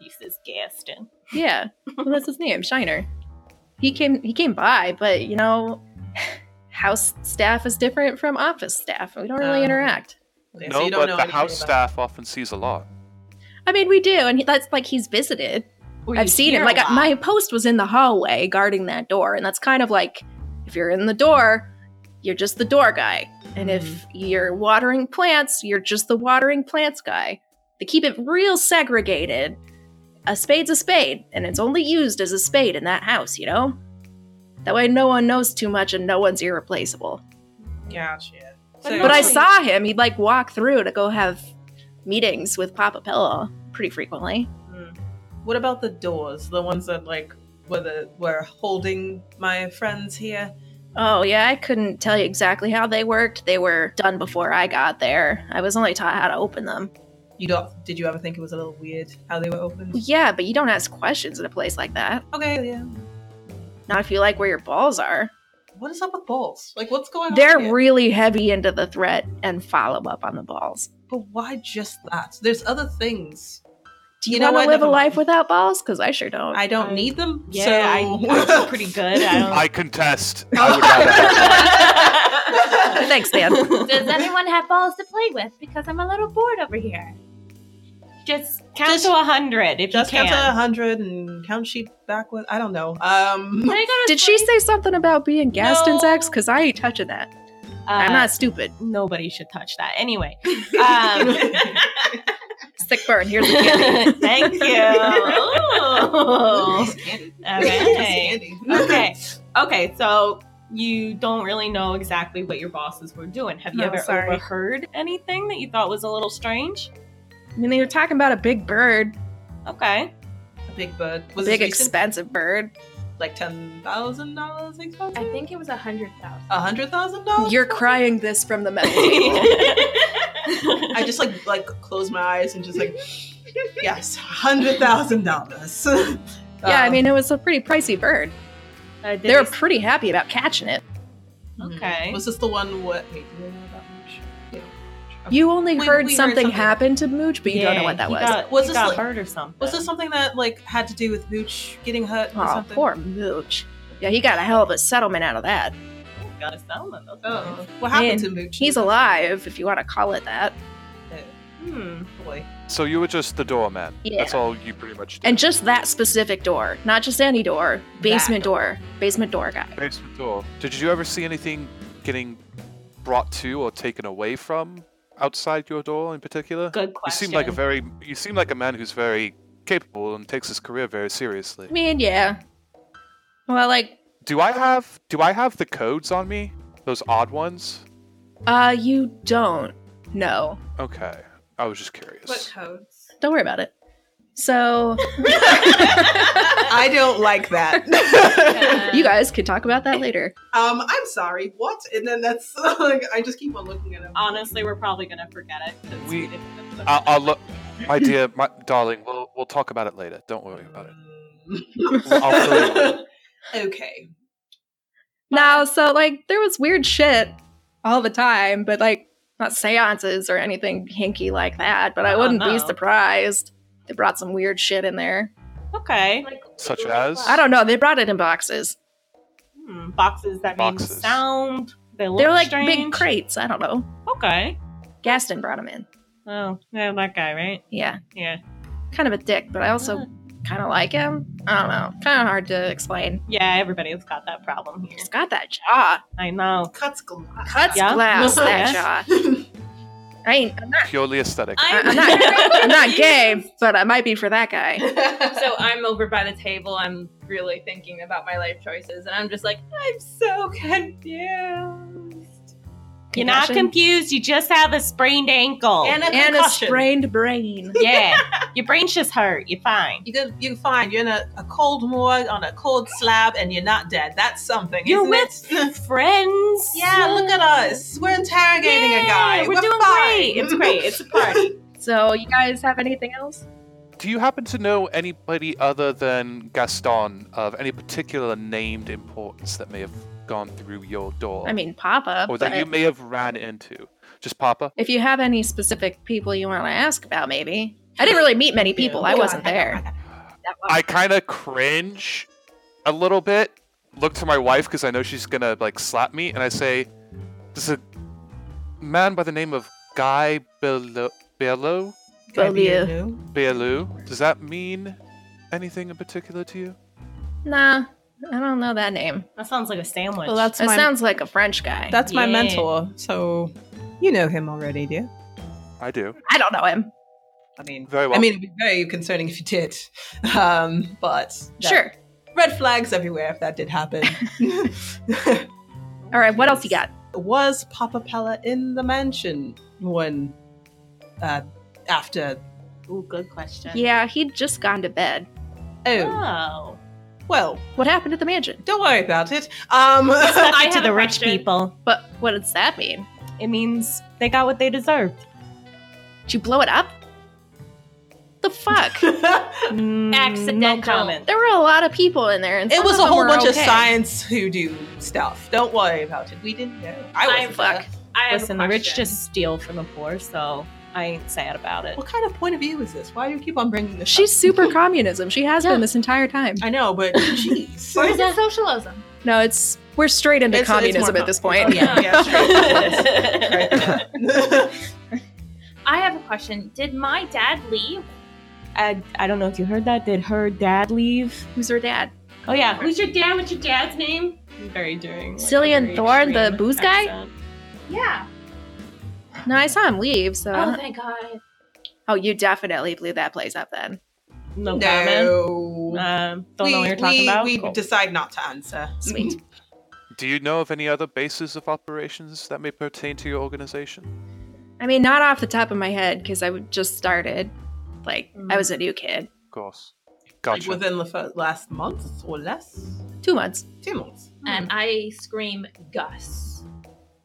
S3: He says Gaston.
S1: yeah. Well, that's his name, Shiner. He came. He came by, but you know, house staff is different from office staff. We don't really
S4: Um,
S1: interact.
S4: Okay, so
S5: no,
S4: you don't
S5: but
S4: know
S5: the
S4: anything
S5: house
S4: about-
S5: staff often sees a lot.
S1: I mean, we do, and he, that's like he's visited.
S3: Or you
S1: I've seen him.
S3: hear
S1: Like
S3: a
S1: I,
S3: lot.
S1: my post was in the hallway guarding that door, and that's kind of like if you're in the door, you're just the door guy, and if
S3: Mm-hmm.
S1: you're watering plants, you're just the watering plants guy. They keep it real segregated. A spade's a spade, and it's only used as a spade in that house, you know. That way, no one knows too much, and no one's irreplaceable.
S4: Gotcha.
S3: But
S4: So-
S1: But I
S3: Really?
S1: saw him. He'd like walk through to go have meetings with Papa Pillow pretty frequently.
S4: Hmm. What about the doors? The ones that like were the were holding my friends here.
S1: Oh, yeah, I couldn't tell you exactly how they worked. They were done before I got there. I was only taught how to open them.
S4: You don't? Did you ever think it was a little weird how they were opened?
S1: Yeah, but you don't ask questions in a place like that.
S4: Okay, yeah.
S1: Not if you like where your balls are.
S4: What is up with balls? Like, what's going
S1: They're
S4: on? here?
S1: really heavy into the threat and follow up on the balls.
S4: But why just that? There's other things.
S1: Do you,
S4: You know
S1: want
S4: what?
S1: to live a
S4: Never mind.
S1: life without balls? Because I sure don't.
S4: I don't
S3: I-
S4: need them.
S3: Yeah,
S4: so <laughs>
S3: I, I feel <laughs> pretty good. I don't.
S2: I contest. I would rather
S1: <laughs>
S2: have-
S1: <laughs> Thanks,
S4: <laughs>
S1: Dan.
S3: <laughs>
S7: Does anyone have balls to play with? Because I'm a little bored over here.
S3: Just count to a hundred if
S4: just
S3: you can.
S4: count to a hundred and count sheep backward. I don't
S3: <laughs>
S4: know. <laughs> Um,
S7: Can I go to
S1: Did she
S7: sleep?
S1: say something about being Gaston's
S3: No.
S1: ex? Because I ain't touching that.
S3: Uh,
S1: I'm not stupid.
S3: Nobody should touch that.
S1: <laughs>
S3: Anyway. Um, <laughs>
S1: Sick burn. Here's a
S4: <laughs>
S1: kid.
S3: thank
S1: <laughs>
S3: you. All right.
S4: <laughs>
S3: okay.
S1: <laughs>
S3: Okay. So you don't really know exactly what your bosses were doing. Have you
S1: No,
S3: ever
S1: sorry.
S3: overheard anything that you thought was a little strange?
S1: I mean, they were talking about a big bird, <laughs>
S3: Okay.
S4: A big bird. Was
S1: big
S4: this recent?
S1: expensive bird.
S4: Like ten thousand dollars expensive.
S6: I think it was a hundred thousand.
S3: Oh.
S4: a hundred thousand dollars.
S1: You're crying this from the
S3: Uh,
S1: metal table.
S4: <laughs>
S3: I
S4: I just like like close my eyes and
S1: <laughs>
S4: just like yes, hundred thousand dollars.
S1: yeah,
S4: Um,
S1: I mean, it was a pretty pricey bird.
S3: Uh, did
S1: They were
S3: they-
S1: pretty happy about catching it.
S3: okay.
S4: Um, hmm. Was this the one? What? Wait, do we know about much? Yeah.
S1: You only
S4: We-
S1: heard,
S4: we heard
S1: something
S4: something.
S1: happen to Mooch, but you don't know
S3: Yeah,
S1: what that
S3: he
S1: was.
S3: Got,
S4: Was
S3: he
S4: this
S3: got
S4: like-
S3: hurt or something?
S4: Was this something that like had to do with Mooch getting hurt or
S1: oh,
S4: something?
S1: poor Mooch. Yeah, he got a hell of a settlement out of that.
S3: got a settlement? That's
S4: Oh,
S3: nice.
S4: what happened
S1: Man,
S4: to Mooch?
S1: He's alive, if you want to call it that.
S3: Hmm.
S4: boy.
S2: so you were just the doorman.
S1: Yeah.
S2: That's all you pretty much did.
S1: And just that specific door, not just any door, basement door.
S4: door.
S1: basement door guy.
S2: basement door. Did you ever see anything getting brought to or taken away from outside your door in particular?
S3: Good
S2: You
S3: question.
S2: seem like a very. You seem like a man who's very capable and takes his career very seriously.
S1: I mean, yeah. Well, like,
S2: Do I have? Do I have the codes on me? Those odd ones.
S1: uh, you don't know.
S2: Okay. I was just curious.
S4: codes?
S1: Don't worry about it.
S4: <laughs>
S1: So
S4: I don't like that.
S1: <laughs> you guys can talk about that later.
S4: <laughs> um, I'm sorry. What? And then that's <laughs> like I just keep on looking at him.
S3: Honestly, we're probably gonna forget it. 'cause
S2: We-
S3: we didn't-
S2: I, I'll look. My dear, my darling, we'll we'll talk about it later. Don't worry about it.
S1: <laughs>
S2: I'll fill you in.
S4: <laughs> okay.
S1: No, so like there was weird shit all the time, but like not seances or anything hinky like that. But I
S3: Oh,
S1: wouldn't
S3: no.
S1: be surprised. They brought some weird shit in there.
S3: Okay.
S6: Like,
S2: Such as?
S1: I don't know. They brought it in boxes.
S3: Hmm. Boxes that
S2: Boxes.
S3: make sound. They look
S1: They're like big
S3: strange.
S1: crates. I don't know.
S3: Okay.
S1: Gaston brought them in.
S3: Oh, yeah, that guy, right?
S1: Yeah,
S3: Yeah.
S1: kind of a dick, but I also
S3: Yeah.
S1: kind of like him. I don't know. Kind of hard to explain.
S3: Yeah, everybody's got that problem here.
S1: He's got that jaw.
S3: I know.
S4: Cuts glass.
S1: Cuts
S3: Yeah. <laughs>
S1: glass. That
S3: Yes.
S1: jaw.
S3: <laughs>
S1: I ain't. I'm not.
S2: Purely aesthetic.
S6: I-
S1: I'm <laughs> not, I'm not gay, but I might be for that
S4: <laughs>
S1: guy.
S6: so I'm over by the table. I'm really thinking about my life choices, and I'm just like, I'm so confused.
S3: You're not
S1: Concussion.
S3: confused. You just have a sprained ankle.
S4: And
S1: <laughs>
S4: a
S1: and a
S4: concussion.
S1: sprained brain.
S3: <laughs> yeah. Your brain's just hurt. You're fine.
S4: You can you can find you're in a, a cold morgue on a cold slab and you're not dead. That's something.
S3: You're
S4: isn't
S3: with
S4: it?
S3: friends.
S4: <laughs> Yeah, look at us. We're interrogating a guy.
S3: We're, doing
S4: fine. <laughs>
S3: great. It's great. It's a party.
S1: So, you guys have anything else?
S2: Do you happen to know anybody other than Gaston of any particular named importance that may have gone through your door?
S1: I mean, Papa.
S2: or
S1: but
S2: Oh, that you may have ran into? Just Papa?
S1: if you have any specific people you want to ask about, maybe. I didn't really meet many people. I wasn't there.
S2: I kind of cringe a little bit, look to my wife because I know she's going to like slap me, and I say, There's a man by the name of Guy Bello. Bello?
S4: Could be
S1: Believe.
S4: new.
S2: Bellu? Does that mean anything in particular to you?
S1: Nah, I don't know that name.
S3: That sounds like a sandwich.
S4: Well, that's
S1: That
S4: my
S1: sounds like a French guy.
S4: that's my
S3: Yeah.
S4: mentor. So you know him already, dear.
S2: I do.
S1: I don't know him.
S4: I mean,
S2: Very well.
S4: I mean, it'd be very concerning if you did. <laughs> Um, but that-
S1: Sure.
S4: red flags everywhere if that did happen. <laughs>
S1: All right, what else you got?
S4: was Papa Pella in the mansion when uh, after?
S3: Ooh, good question.
S1: Yeah, he'd just gone to bed.
S4: Oh,
S3: Oh.
S4: well,
S1: What happened at the mansion?
S4: don't worry about it. Um,
S3: Stuck it
S6: have
S3: to the
S6: a
S3: rich
S6: question.
S3: people.
S1: But what does that mean?
S3: It means they got what they deserved.
S1: Did you blow it up? The fuck?
S4: <laughs>
S3: Mm,
S6: Accidental.
S3: No comment.
S1: there were a lot of people in there, and
S4: it
S1: some
S4: was
S1: of
S4: a
S1: them
S4: whole
S1: were
S4: bunch of
S1: okay.
S4: science hoodoo stuff. Don't worry about it. We didn't know. I
S6: I'm
S4: wasn't
S1: fuck.
S4: there.
S6: I have a
S3: Listen, the rich
S6: question.
S3: just steal from the poor, so I ain't sad
S4: <laughs>
S3: about it. <laughs>
S4: What kind of point of view is this? Why do you keep on bringing this?
S1: She's super communism. She has
S7: Yeah.
S1: been this entire time.
S4: up? I know, but jeez.
S7: Or is that socialism?
S1: No, it's we're straight into
S4: It's- it's
S1: communism
S4: more
S1: at this
S4: com-
S1: point.
S4: Oh, yeah, yeah, <laughs> sure.
S7: I have a question. Did my dad leave?
S3: I, I don't know if you heard that. Did her dad leave?
S1: Who's her dad?
S3: Oh yeah,
S6: Who's your dad? What's your dad's name?
S3: very during. Like,
S7: Cillian
S3: a very
S7: Thorne, the
S3: extreme
S7: booze guy?
S3: accent.
S7: Yeah.
S1: No, I saw him leave. So
S6: Uh-huh.
S7: Oh, thank God.
S1: oh, you definitely blew that place up then.
S3: No, comment.
S4: <laughs> no.
S3: Um, don't
S4: we,
S3: know what you're talking
S4: we,
S3: about.
S4: We
S3: Cool.
S4: decide not to answer.
S1: Sweet.
S2: Do you know of any other bases of operations that may pertain to your organization?
S1: I mean, not off the top of my head because I would- just started. Like I was a new kid,
S2: Of course.
S4: Like
S2: Gotcha.
S4: within the fir- last month or less,
S1: two months.
S4: two months.
S6: And I scream Gus.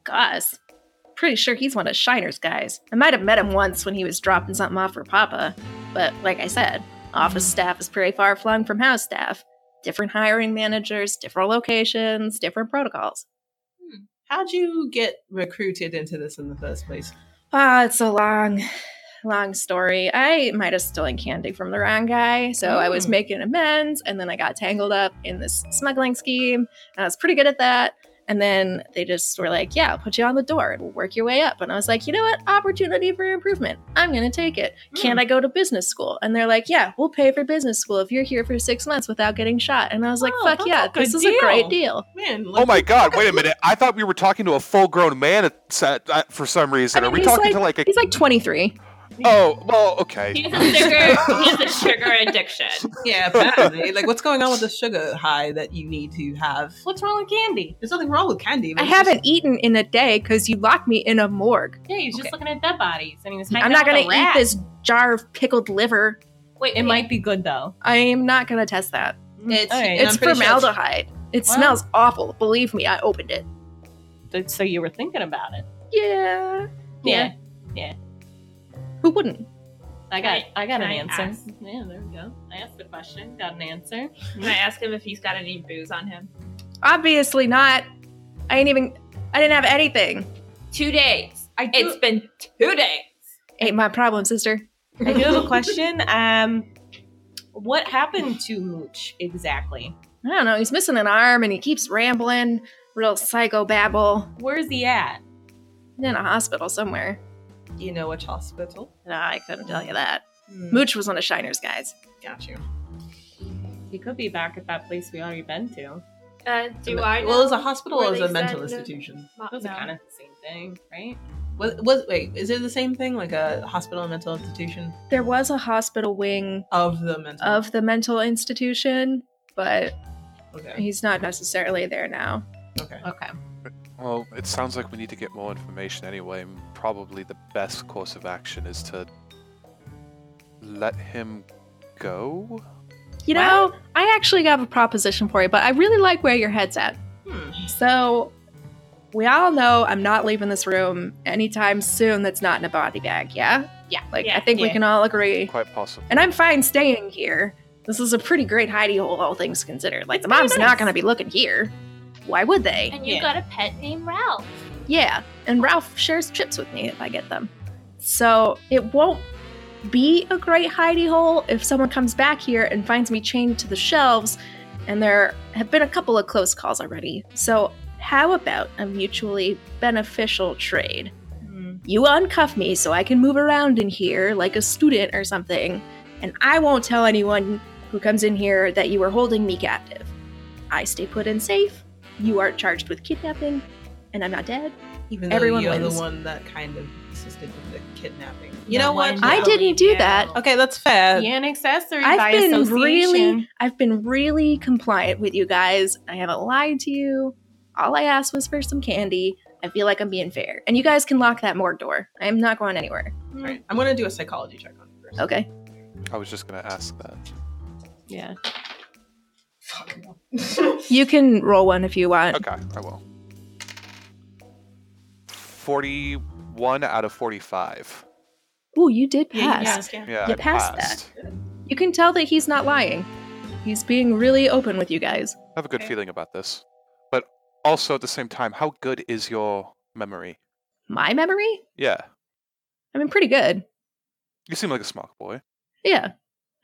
S1: Gus, pretty sure he's one of Shiner's guys. I might have met him once when he was dropping something off for Papa, but like I said, office staff is pretty far flung from house staff. Different hiring managers, different locations, different protocols.
S4: How'd you get recruited into this in the first place?
S1: Ah, it's a long, long story. I might have stolen candy from the wrong guy, so I was
S4: Mm.
S1: making amends, and then I got tangled up in this smuggling scheme. And I was pretty good at that. And then they just were like, "Yeah, I'll put you on the door. We'll work your way up." And I was like, "You know what? Opportunity for improvement. I'm gonna take it. Can
S3: Mm.
S1: I go to business school?" And they're like, "Yeah, we'll pay for business school if you're here for six months without getting shot." And I was like,
S3: Oh,
S1: "Fuck
S3: that's
S1: yeah,
S3: a good
S1: this is a great
S3: deal."
S1: deal."
S4: Man,
S2: Oh my god, wait a minute. I thought we were talking to a full grown man at, at, at- for some reason.
S1: I mean,
S2: Are we
S1: he's
S2: talking to like
S1: He's like 23.
S2: a. Oh, well, okay.
S6: He has a sugar. he has a sugar addiction.
S4: <laughs> Yeah, apparently. like, what's going on with the sugar high that you need to have?
S3: What's wrong with candy?
S4: There's nothing wrong with candy. but
S1: I
S4: it's just-
S1: haven't eaten in a day because you locked me in a morgue.
S3: Yeah, he was
S1: Okay.
S3: just looking at dead bodies, and he was. Hanging
S1: I'm not
S3: out
S1: gonna
S3: with a
S1: eat
S3: rat.
S1: this jar of pickled liver.
S3: Wait, it might be good though. Mm-hmm.
S1: I am not gonna test that.
S4: It's-
S3: All right.
S4: And
S1: it's
S4: I'm pretty sure it's-
S1: formaldehyde. It
S3: Wow.
S1: smells awful. Believe me, I opened it.
S3: Th- so you were thinking about it.
S1: Yeah.
S3: Yeah,
S1: Who wouldn't?
S3: I got.
S6: Right.
S3: I got
S6: Can
S3: an
S6: I
S3: answer.
S6: ask?
S3: Yeah, there we go. I asked the question, got an answer.
S6: Can I ask him if he's got any booze on him?
S1: Obviously not. I ain't even. I didn't have anything.
S6: Two days.
S3: I do.
S6: It's been two days.
S1: Ain't my problem, sister.
S3: I do have a <laughs> question. Um, what happened to Mooch exactly?
S1: I don't know. He's missing an arm and he keeps rambling. Real psycho babble.
S3: Where's he at?
S1: In a hospital somewhere.
S4: You know which hospital?
S1: Nah, I couldn't tell you that.
S3: Hmm,
S1: Mooch was one of Shiner's guys.
S4: Got you.
S3: He could be back at that place we already been to.
S6: Uh, do I?
S4: Well,
S6: know
S4: is a hospital
S6: where
S4: or is
S6: they
S4: a mental
S6: said, uh,
S4: institution?
S6: mo-
S3: Those
S6: no.
S3: are kind of the same thing, right?
S4: Was, was wait, is it the same thing? Like a hospital and mental institution
S1: There was a hospital wing
S4: of the mental
S1: of the mental institution, but
S4: Okay.
S1: he's not necessarily there now.
S4: Okay.
S3: Okay.
S2: Well, it sounds like we need to get more information anyway. and Probably the best course of action is to let him go.
S1: You know, I actually have a proposition for you, but I really like where your head's at.
S4: Hmm.
S1: So, we all know I'm not leaving this room anytime soon that's not in a body bag, yeah?
S6: Yeah,
S1: Like,
S6: yeah,
S1: I think we
S3: yeah.
S1: can all agree.
S2: Quite possible.
S1: And I'm fine staying here. This is a pretty great hidey hole, all things considered. Like, the
S6: pretty
S1: mom's
S6: nice.
S1: not going to be looking here. Why would they?
S7: And you
S3: Yeah.
S7: got a pet named Ralph.
S1: Yeah, and Ralph shares chips with me if I get them. So it won't be a great hidey hole if someone comes back here and finds me chained to the shelves, and there have been a couple of close calls already. So, how about a mutually beneficial trade?
S3: Mm-hmm.
S1: You uncuff me so I can move around in here like a student or something, and I won't tell anyone who comes in here that you are holding me captive. I stay put and safe, you aren't charged with kidnapping, and I'm not dead.
S4: Even though
S1: Everyone
S4: you're
S1: wins.
S4: the one that kind of assisted with the kidnapping. You know what?
S1: I
S4: Yeah.
S1: didn't do that.
S4: Okay, that's fair.
S3: Yeah, an accessory by
S1: I've been really,
S3: association.
S1: I've been really compliant with you guys. I haven't lied to you. All I asked was for some candy. I feel like I'm being fair, and you guys can lock that morgue door. I am not going anywhere.
S4: All right, I'm gonna do a psychology check on you first.
S1: Okay.
S2: I was just going to ask
S1: Uh,
S2: that.
S3: Yeah.
S1: You can roll one if you want.
S2: Okay, I will. 41 out of 45.
S1: Ooh, you did pass.
S4: Yeah, yeah.
S2: Yeah,
S1: You
S2: I
S1: passed that. You can tell that he's not lying. He's being really open with you guys.
S2: I have a good
S3: Okay.
S2: feeling about this. But also at the same time, how good is your memory?
S1: My memory?
S2: Yeah.
S1: I mean, pretty good.
S2: You seem like a smart boy.
S1: Yeah.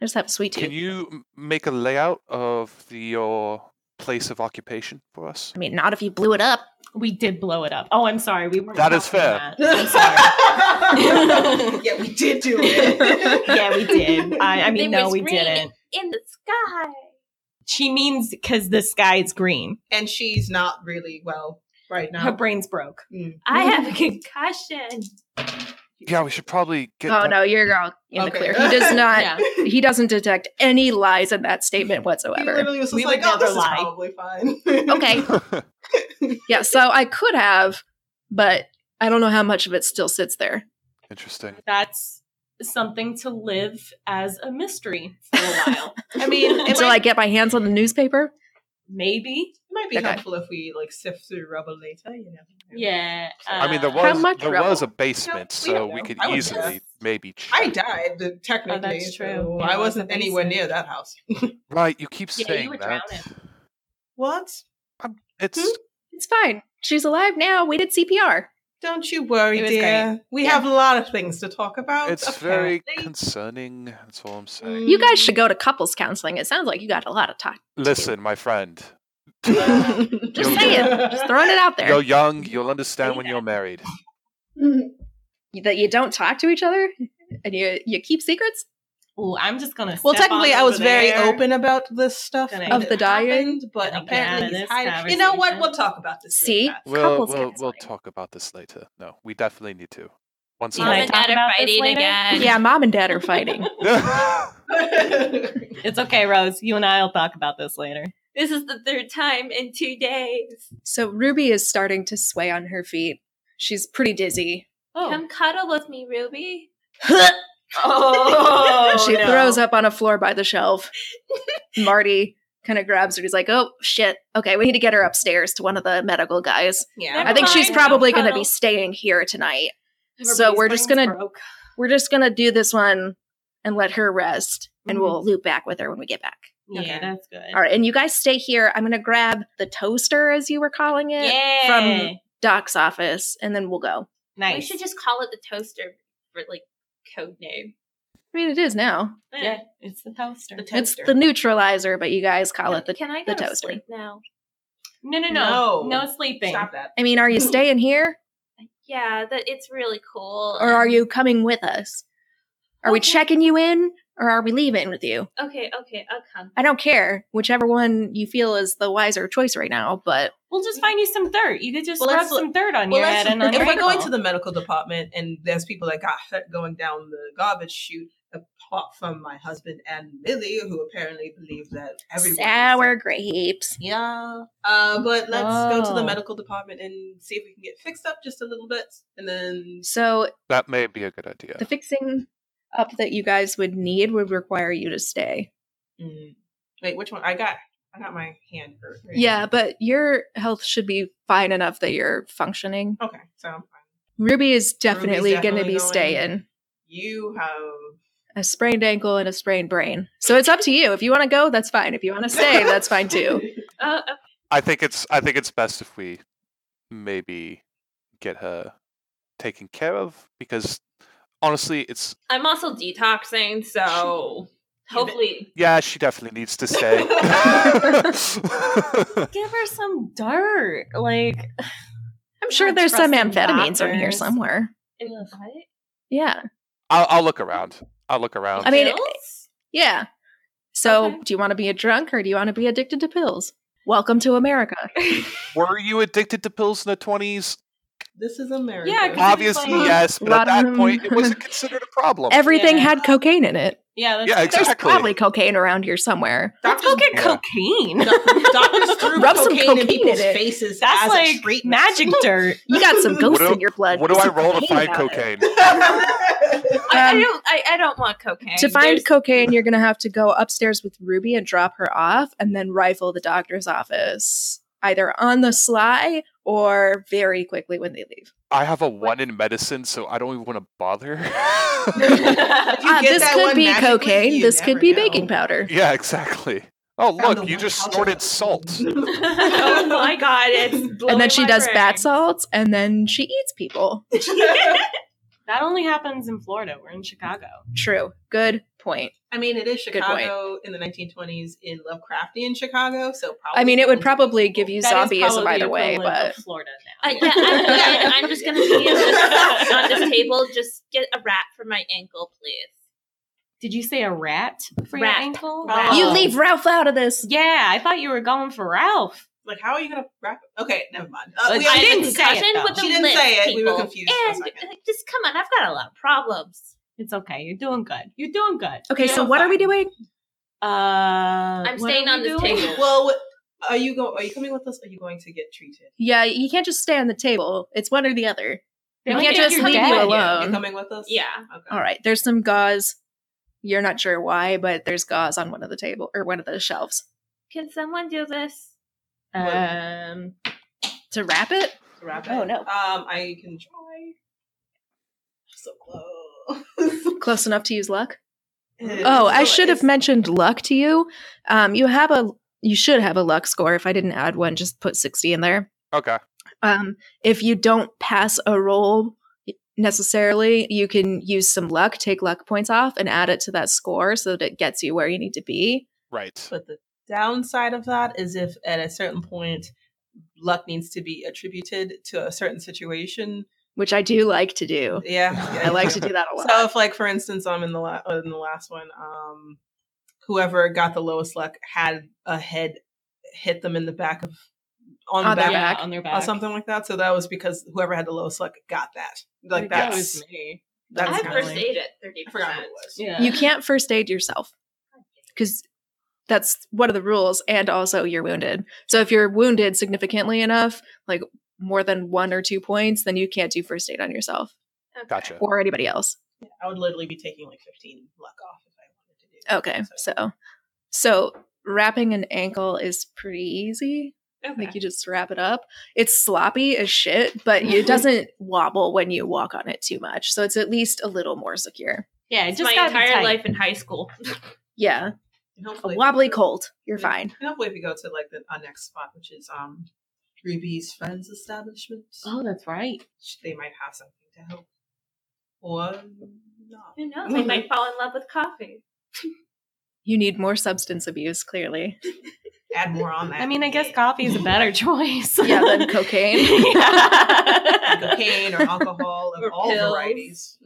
S1: I just have a sweet
S2: Can
S1: tooth.
S2: you m- make a layout of the, your place of occupation for us?
S1: I mean, not if you blew it up.
S3: We did blow it up. Oh, I'm sorry. We weren't.
S2: That is
S3: talking
S2: fair.
S4: <laughs>
S3: about that.
S4: yeah, we did do it.
S3: I'm sorry. <laughs> yeah, we did.
S4: <laughs>
S3: I, I mean,
S7: They
S3: no,
S7: was
S3: we
S7: green.
S3: didn't.
S7: in the sky.
S3: She means because the sky is green.
S4: and she's not really well right
S3: Her
S4: now. Mm.
S3: brain's broke.
S7: I have a concussion.
S2: Yeah, we should probably get.
S1: oh
S2: that-
S1: no, you're all in the <laughs>
S4: Okay.
S1: clear. He does not.
S6: Yeah.
S1: He doesn't detect any lies in that statement
S4: He
S1: whatsoever.
S4: literally was just
S3: We
S4: like,
S3: would
S4: "Oh, this
S3: never lie."
S4: is probably fine."
S1: Okay. Yeah. So I could have, but I don't know how much of it still sits there.
S2: <laughs> Interesting.
S3: That's something to live as a mystery for a
S4: <laughs>
S3: while.
S4: <laughs> I mean, it
S1: Until
S4: might,
S1: I get my hands on the newspaper.
S3: Maybe.
S4: it might be
S1: Okay.
S4: helpful if we like sift through rubble later. You know.
S3: Yeah.
S2: I
S6: <laughs>
S2: mean, there
S3: uh,
S2: was
S1: much
S2: there
S1: rubble?
S2: was a basement,
S4: No, we
S2: so
S4: don't
S2: we
S4: know.
S2: could
S4: I wouldn't
S2: easily
S3: guess.
S2: maybe.
S4: I
S2: check.
S4: died uh, technically.
S3: Oh, that's true.
S4: so
S3: Yeah,
S4: I
S3: it was
S4: wasn't
S3: a
S4: anywhere
S3: basement.
S4: near that house.
S2: Right, you keep
S3: Yeah, you
S2: saying
S3: were
S2: that.
S4: what?
S2: It's
S1: It's fine. She's alive now. We did CPR.
S4: Don't you worry,
S1: It was
S4: dear. We
S1: Yeah.
S4: have a lot of things to talk about.
S2: it's very concerning. That's all I'm saying.
S1: You
S4: Mm.
S1: guys should go to couples counseling. It sounds like you got a lot of time.
S2: Listen, my friend. <laughs>
S4: <laughs>
S1: Just
S2: You'll-
S1: saying. Just throwing it out there.
S2: You're young. You'll understand when you're married.
S1: that you don't talk to each other <laughs> and you you keep secrets
S3: Ooh, I'm just gonna.
S4: Well,
S3: step
S4: technically,
S3: on
S4: I was
S3: over
S4: very
S3: there.
S4: open about this stuff
S3: Gonna
S4: when
S1: Of
S4: it
S1: the dying?
S4: happened, but
S3: Gonna get out of
S4: apparently
S3: this
S4: he's hiding. You know what?
S3: conversation.
S4: We'll talk about this.
S1: See?
S4: later.
S2: We'll
S1: Couples
S2: we'll, we'll
S1: counseling.
S2: talk about this later. No, we definitely need to. Once
S3: You
S2: in a
S3: might
S2: while.
S3: talk about this later?
S1: yeah mom and dad are
S4: <laughs>
S1: fighting
S3: It's okay, Rose. You and I will talk about this later.
S6: This is the third time in two days.
S1: so ruby is starting to sway on her feet she's pretty dizzy
S3: Oh,
S7: Come cuddle with me, Ruby.
S3: oh
S1: <laughs> she throws up on a floor by the
S3: <laughs>
S1: shelf marty kind of grabs her he's like oh shit okay we need to get her upstairs to one of the medical guys
S4: yeah.
S1: i
S3: Oh,
S1: think she's
S7: Fine,
S1: probably going to
S7: cuddle.
S1: be staying here tonight so we're just gonna we're just gonna do this one and let her rest and
S3: Mhm.
S1: we'll loop back with her when we get back
S3: Yeah,
S4: Okay.
S3: that's good.
S1: all right and you guys stay here i'm gonna grab the toaster as you were calling it
S3: Yeah.
S1: from- Doc's office, and then we'll go.
S3: nice.
S7: We should just call it the toaster for like code name.
S1: I mean, it is now.
S3: yeah, it's the toaster.
S7: The
S1: It's the neutralizer, but you guys call it the.
S7: Can I
S1: the
S7: go to
S1: toaster.
S7: sleep now?
S3: no, no, no,
S4: No.
S3: no, sleeping.
S4: Stop that.
S1: I mean, are
S3: <laughs>
S1: you staying here
S7: Yeah, that it's really cool.
S1: or are you coming with us? Are we
S7: Okay.
S1: checking you in or are we leaving with you?
S7: Okay, okay, I'll come.
S1: I don't care. Whichever one you feel is the wiser choice right now, but
S3: We'll just find you some dirt. You could just
S4: Well,
S3: rub
S4: let's-
S3: some dirt on
S4: Well,
S3: your
S4: let's-
S3: head and on
S4: if
S3: your
S4: we're going
S3: ankle.
S4: to the medical department and there's people that got hurt going down the garbage chute, apart from my husband and Millie, who apparently believe that everyone is-
S1: sour grapes.
S4: Yeah. Uh, but let's go to the
S3: Oh.
S4: medical department and see if we can get fixed up just a little bit, and then
S1: So
S2: <laughs> That may be a good idea.
S1: the fixing up that you guys would need would require you to stay.
S4: Mm. Wait, which one? I got I got my hand hurt. right?
S1: Yeah, but your health should be fine enough that you're functioning.
S4: Okay, so I'm fine.
S1: Ruby is definitely, going to
S4: definitely
S1: be
S4: going.
S1: staying.
S4: You have
S1: a sprained ankle and a sprained brain. So it's up to you. If you want to go, that's fine. If you want to stay, that's fine too.
S7: Uh,
S2: I think it's I think it's best if we maybe get her taken care of because honestly it's
S6: I'm also
S1: <laughs>
S6: detoxing, so hopefully
S2: yeah, she definitely needs to stay. <laughs>
S3: Give her some dirt. Like
S1: I'm sure
S3: Don't
S1: there's some
S3: trust them
S1: amphetamines in here
S3: doctors.
S1: somewhere. Yeah.
S2: I'll I'll look around. I'll look around.
S1: I mean, um,
S6: Pills?
S1: Yeah. So
S6: Okay.
S1: do you want to be a drunk or do you want to be addicted to pills? Welcome to America.
S2: Were you addicted to pills in the twenties?
S4: <laughs> this is America.
S3: Yeah, 'cause-
S2: Obviously,
S3: like-
S2: yes, but
S1: Lot
S2: at
S1: of
S2: that point, it
S1: them- <laughs>
S2: wasn't considered a problem.
S1: Everything
S3: Yeah.
S1: had cocaine in it.
S3: yeah, that's
S2: yeah,
S1: There's
S2: exactly.
S1: probably cocaine around here somewhere.
S3: Let's
S4: doctors,
S3: go get
S2: Yeah.
S3: cocaine.
S4: doc- doctors
S1: <laughs>
S4: threw
S1: Rub some
S4: cocaine, in
S1: cocaine in
S4: people's
S1: it.
S4: faces.
S3: <laughs> That's
S4: as a
S3: like
S4: treatment. <laughs>
S3: magic dirt. <laughs>
S1: You got some ghosts
S2: do-
S1: in your blood.
S2: What do
S1: There's
S2: I
S1: some
S2: roll to find
S1: about it.
S2: <laughs> cocaine?
S6: I, I
S1: Um,
S6: don't. I, I don't want cocaine.
S1: To find
S6: There's-
S1: cocaine, you're going to have to go upstairs with Ruby and drop her off and then rifle the doctor's office, either on the sly or very quickly when they leave.
S2: I have a one in medicine, so I don't even want to
S1: <laughs>
S2: bother. <laughs>
S4: If you
S1: Ah,
S4: get
S1: this
S4: that
S1: could
S4: one
S1: be
S4: magically,
S1: cocaine.
S4: you
S1: This could
S4: never
S1: be
S4: know.
S1: baking powder.
S2: yeah, exactly. Oh,
S4: Found
S2: <laughs>
S4: the
S2: look, you
S4: one
S2: just
S4: house
S2: snorted
S4: that- <laughs>
S2: salt.
S6: oh
S1: <laughs>
S6: my god! It's
S1: and then she does
S6: bats
S1: bat salts and then she eats people.
S3: That only happens in Florida. We're in Chicago.
S1: True. Good point.
S4: I mean, it is
S1: Good point.
S4: Chicago in the 1920s in Lovecraftian Chicago, so probably.
S1: I mean, it would probably give you
S3: That is
S1: zombieism
S3: probably
S1: either way,
S3: equivalent
S1: but
S3: of Florida now.
S7: Uh, yeah, I'm, I'm just gonna be
S4: <laughs>
S7: just on this table. Just get a wrap for my ankle, please.
S3: Did you say a rat for
S7: Wrap.
S3: your ankle?
S7: Wrap.
S1: you leave Ralph out of this.
S3: Yeah, I thought you were going for Ralph.
S4: Like, how are you going to wrap it? Okay, never mind. Uh,
S3: Like,
S4: we
S3: I
S4: already-
S3: didn't say it, though.
S7: with the
S4: She didn't
S7: lips,
S4: say it. We were
S7: people.
S4: confused for a
S7: And
S4: second.
S7: uh, just come on, I've got a lot of problems.
S3: It's okay. You're doing good. You're doing good.
S1: Okay,
S4: Yeah,
S1: so what are we doing?
S3: Uh,
S7: I'm
S3: I'm
S7: staying on this table.
S4: well, wh- are you going? Are you coming with us? Or are you going to get treated?
S1: Yeah, you can't just stay on the table. It's one or the other.
S3: They
S1: you
S3: don't
S1: can't
S3: get
S1: just
S3: your
S1: leave
S3: dad
S1: you
S3: yet.
S4: You're
S1: alone.
S4: coming with us?
S7: Yeah.
S4: Okay.
S1: All right, there's some gauze. You're not sure why, but there's gauze on one of the table or one of the shelves.
S7: Can someone do this?
S3: Um,
S1: To wrap it?
S4: To wrap it.
S1: Oh, no.
S4: Um, I can try. So close. <laughs>
S1: Close enough to use luck?
S4: It's
S1: Oh, I
S4: so-
S1: should have
S4: it's-
S1: mentioned luck to you. Um, you have a you should have a luck score. If I didn't add one, just put 60 in there.
S2: Okay.
S1: Um, if you don't pass a roll necessarily, you can use some luck, take luck points off, and add it to that score so that it gets you where you need to be.
S2: Right.
S4: But the downside of that is if at a certain point luck needs to be attributed to a certain situation.
S1: Which I do <laughs> like to do.
S4: Yeah,
S1: I like to do that a lot.
S4: <laughs> So if, like, for instance, I'm in the la- in the last one, um, whoever got the lowest luck had a head hit them in the back of on, the
S1: On their
S4: back,
S1: back.
S3: yeah, on their
S4: or
S3: back.
S4: something like that. So that was because whoever had the lowest luck got that. Like
S3: That
S4: that's
S3: was me.
S4: That's
S7: I
S4: I've
S7: first
S4: first
S7: aid at thirty
S4: I forgot what
S7: percent.
S4: it was.
S3: Yeah.
S1: you can't first aid yourself because that's one of the rules, and also you're wounded. So if you're wounded significantly enough, like more than one or two points, then you can't do first aid on yourself
S2: Gotcha.
S1: or anybody else.
S4: I would literally be taking like 15 luck off if I wanted to do. that.
S1: Okay, so so wrapping an ankle is pretty easy. Like you just wrap it up. It's sloppy as shit, but it doesn't wobble when you walk on it too much. So it's at least a little more secure.
S3: Yeah, it
S7: It's
S3: just
S7: my
S3: got
S7: entire life in high school.
S1: Yeah,
S4: And
S1: a
S4: hopefully-
S1: wobbly colt. You're
S4: Yeah.
S1: fine.
S4: And hopefully, if we go to like the, our next spot, which is um Ruby's friends establishment,
S3: Oh, that's right.
S4: sh- they might have something to help, or not.
S7: Who knows? I
S4: Mm-hmm.
S7: might fall in love with coffee.
S1: You need more substance abuse, clearly.
S4: Add more on that.
S3: I mean, I guess coffee is a better <laughs> choice.
S1: <laughs> Yeah,
S3: <laughs>
S1: than <laughs> cocaine.
S4: Like
S3: Yeah.
S4: cocaine or alcohol of
S7: Or
S4: all
S7: pills.
S4: varieties.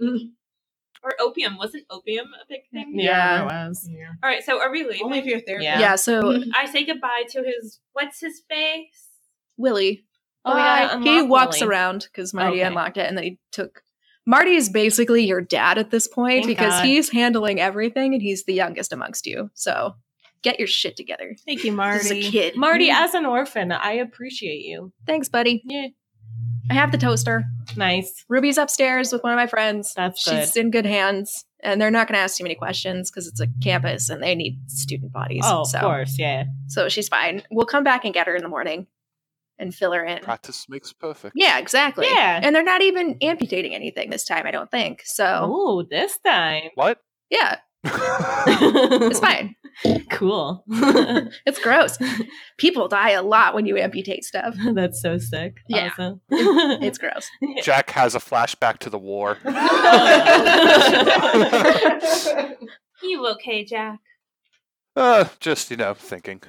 S7: Or opium. Wasn't opium a big thing?
S1: Yeah.
S3: it was.
S4: Yeah.
S7: All right, so are we leaving?
S4: Mm-hmm. Only if you're a therapist.
S1: Yeah.
S3: Yeah.
S6: Mm-hmm.
S1: so
S7: I say goodbye to his what's his face?
S1: Willie,
S3: Oh, yeah,
S1: bye.
S3: unlock
S1: he walks
S3: Willie.
S1: around because Marty
S3: Okay.
S1: unlocked it, and then he took. Marty is basically your dad at this point
S3: Thank
S1: because
S3: God.
S1: he's handling everything, and he's the youngest amongst you. So get your shit together.
S3: Thank you,
S1: This is a
S3: Marty.
S1: kid, Mm.
S3: Marty, as an orphan, I appreciate you.
S1: Thanks, buddy.
S3: Yeah.
S1: I have the toaster.
S3: Nice.
S1: Ruby's upstairs with one of my friends.
S3: That's good.
S1: She's in good hands, and they're not going to ask too many questions because it's a campus and they need student bodies.
S3: Oh,
S1: so,
S3: of course, yeah.
S1: so she's fine. We'll come back and get her in the morning and fill her in.
S2: Practice makes perfect.
S1: Yeah, exactly.
S3: Yeah.
S1: And they're not even amputating anything this time, I don't think. So,
S3: Oh, this
S1: <laughs>
S3: time.
S2: What? <laughs>
S1: yeah, it's
S3: it's
S1: fine.
S3: Cool. <laughs>
S1: It's gross. People die a lot when you amputate
S3: <laughs>
S1: stuff.
S3: That's so sick.
S1: Yeah.
S3: Awesome. <laughs>
S1: It's gross.
S2: Jack has a flashback to the war.
S7: You okay, Jack?
S2: Uh, just you know, thinking.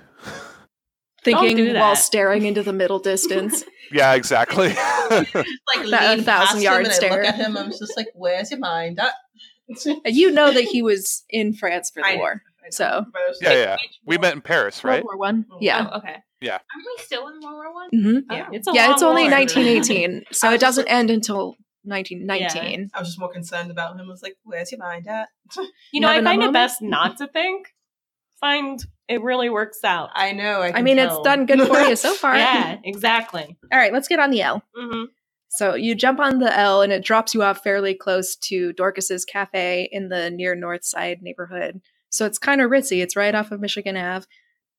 S1: Thinking
S3: do that.
S1: while staring into the middle
S3: <laughs>
S1: distance.
S2: Yeah, exactly. <laughs>
S4: <laughs> Like
S1: That
S4: lean
S1: a thousand
S4: past him
S1: yard
S4: and I
S1: stare.
S4: look at him. I'm just like, "Where's your mind?" at?" <laughs>
S1: you know that he was in France for the
S4: I know.
S1: war. So-
S4: But I was
S2: Yeah,
S4: like,
S2: yeah. We met in Paris,
S1: World
S2: right?
S1: War One. Yeah.
S7: Oh, okay.
S2: Yeah.
S7: Aren't we still in World War One?
S3: Oh.
S1: hmm
S4: yeah.
S3: It's a
S1: Yeah, it's
S3: long
S1: only
S4: <laughs>
S3: war.
S1: 1918, so
S4: I
S1: it
S4: was just
S1: doesn't end until 1919.
S4: I was just more concerned about him. I was like, "Where's your mind at?"
S3: <laughs> You know,
S1: Not
S3: I
S1: in a
S3: find it
S1: moment?
S3: best not to think. Find it really works out.
S4: I know. I,
S1: I
S4: can
S1: mean,
S4: tell.
S1: it's done good for you
S4: <laughs>
S1: so far.
S3: yeah, exactly.
S1: All right, let's get on the L.
S3: hmm
S1: So you jump on the L and it drops you off fairly close to Dorcas's Cafe in the near North Side neighborhood. So it's kind of ritzy. It's right off of Michigan Ave.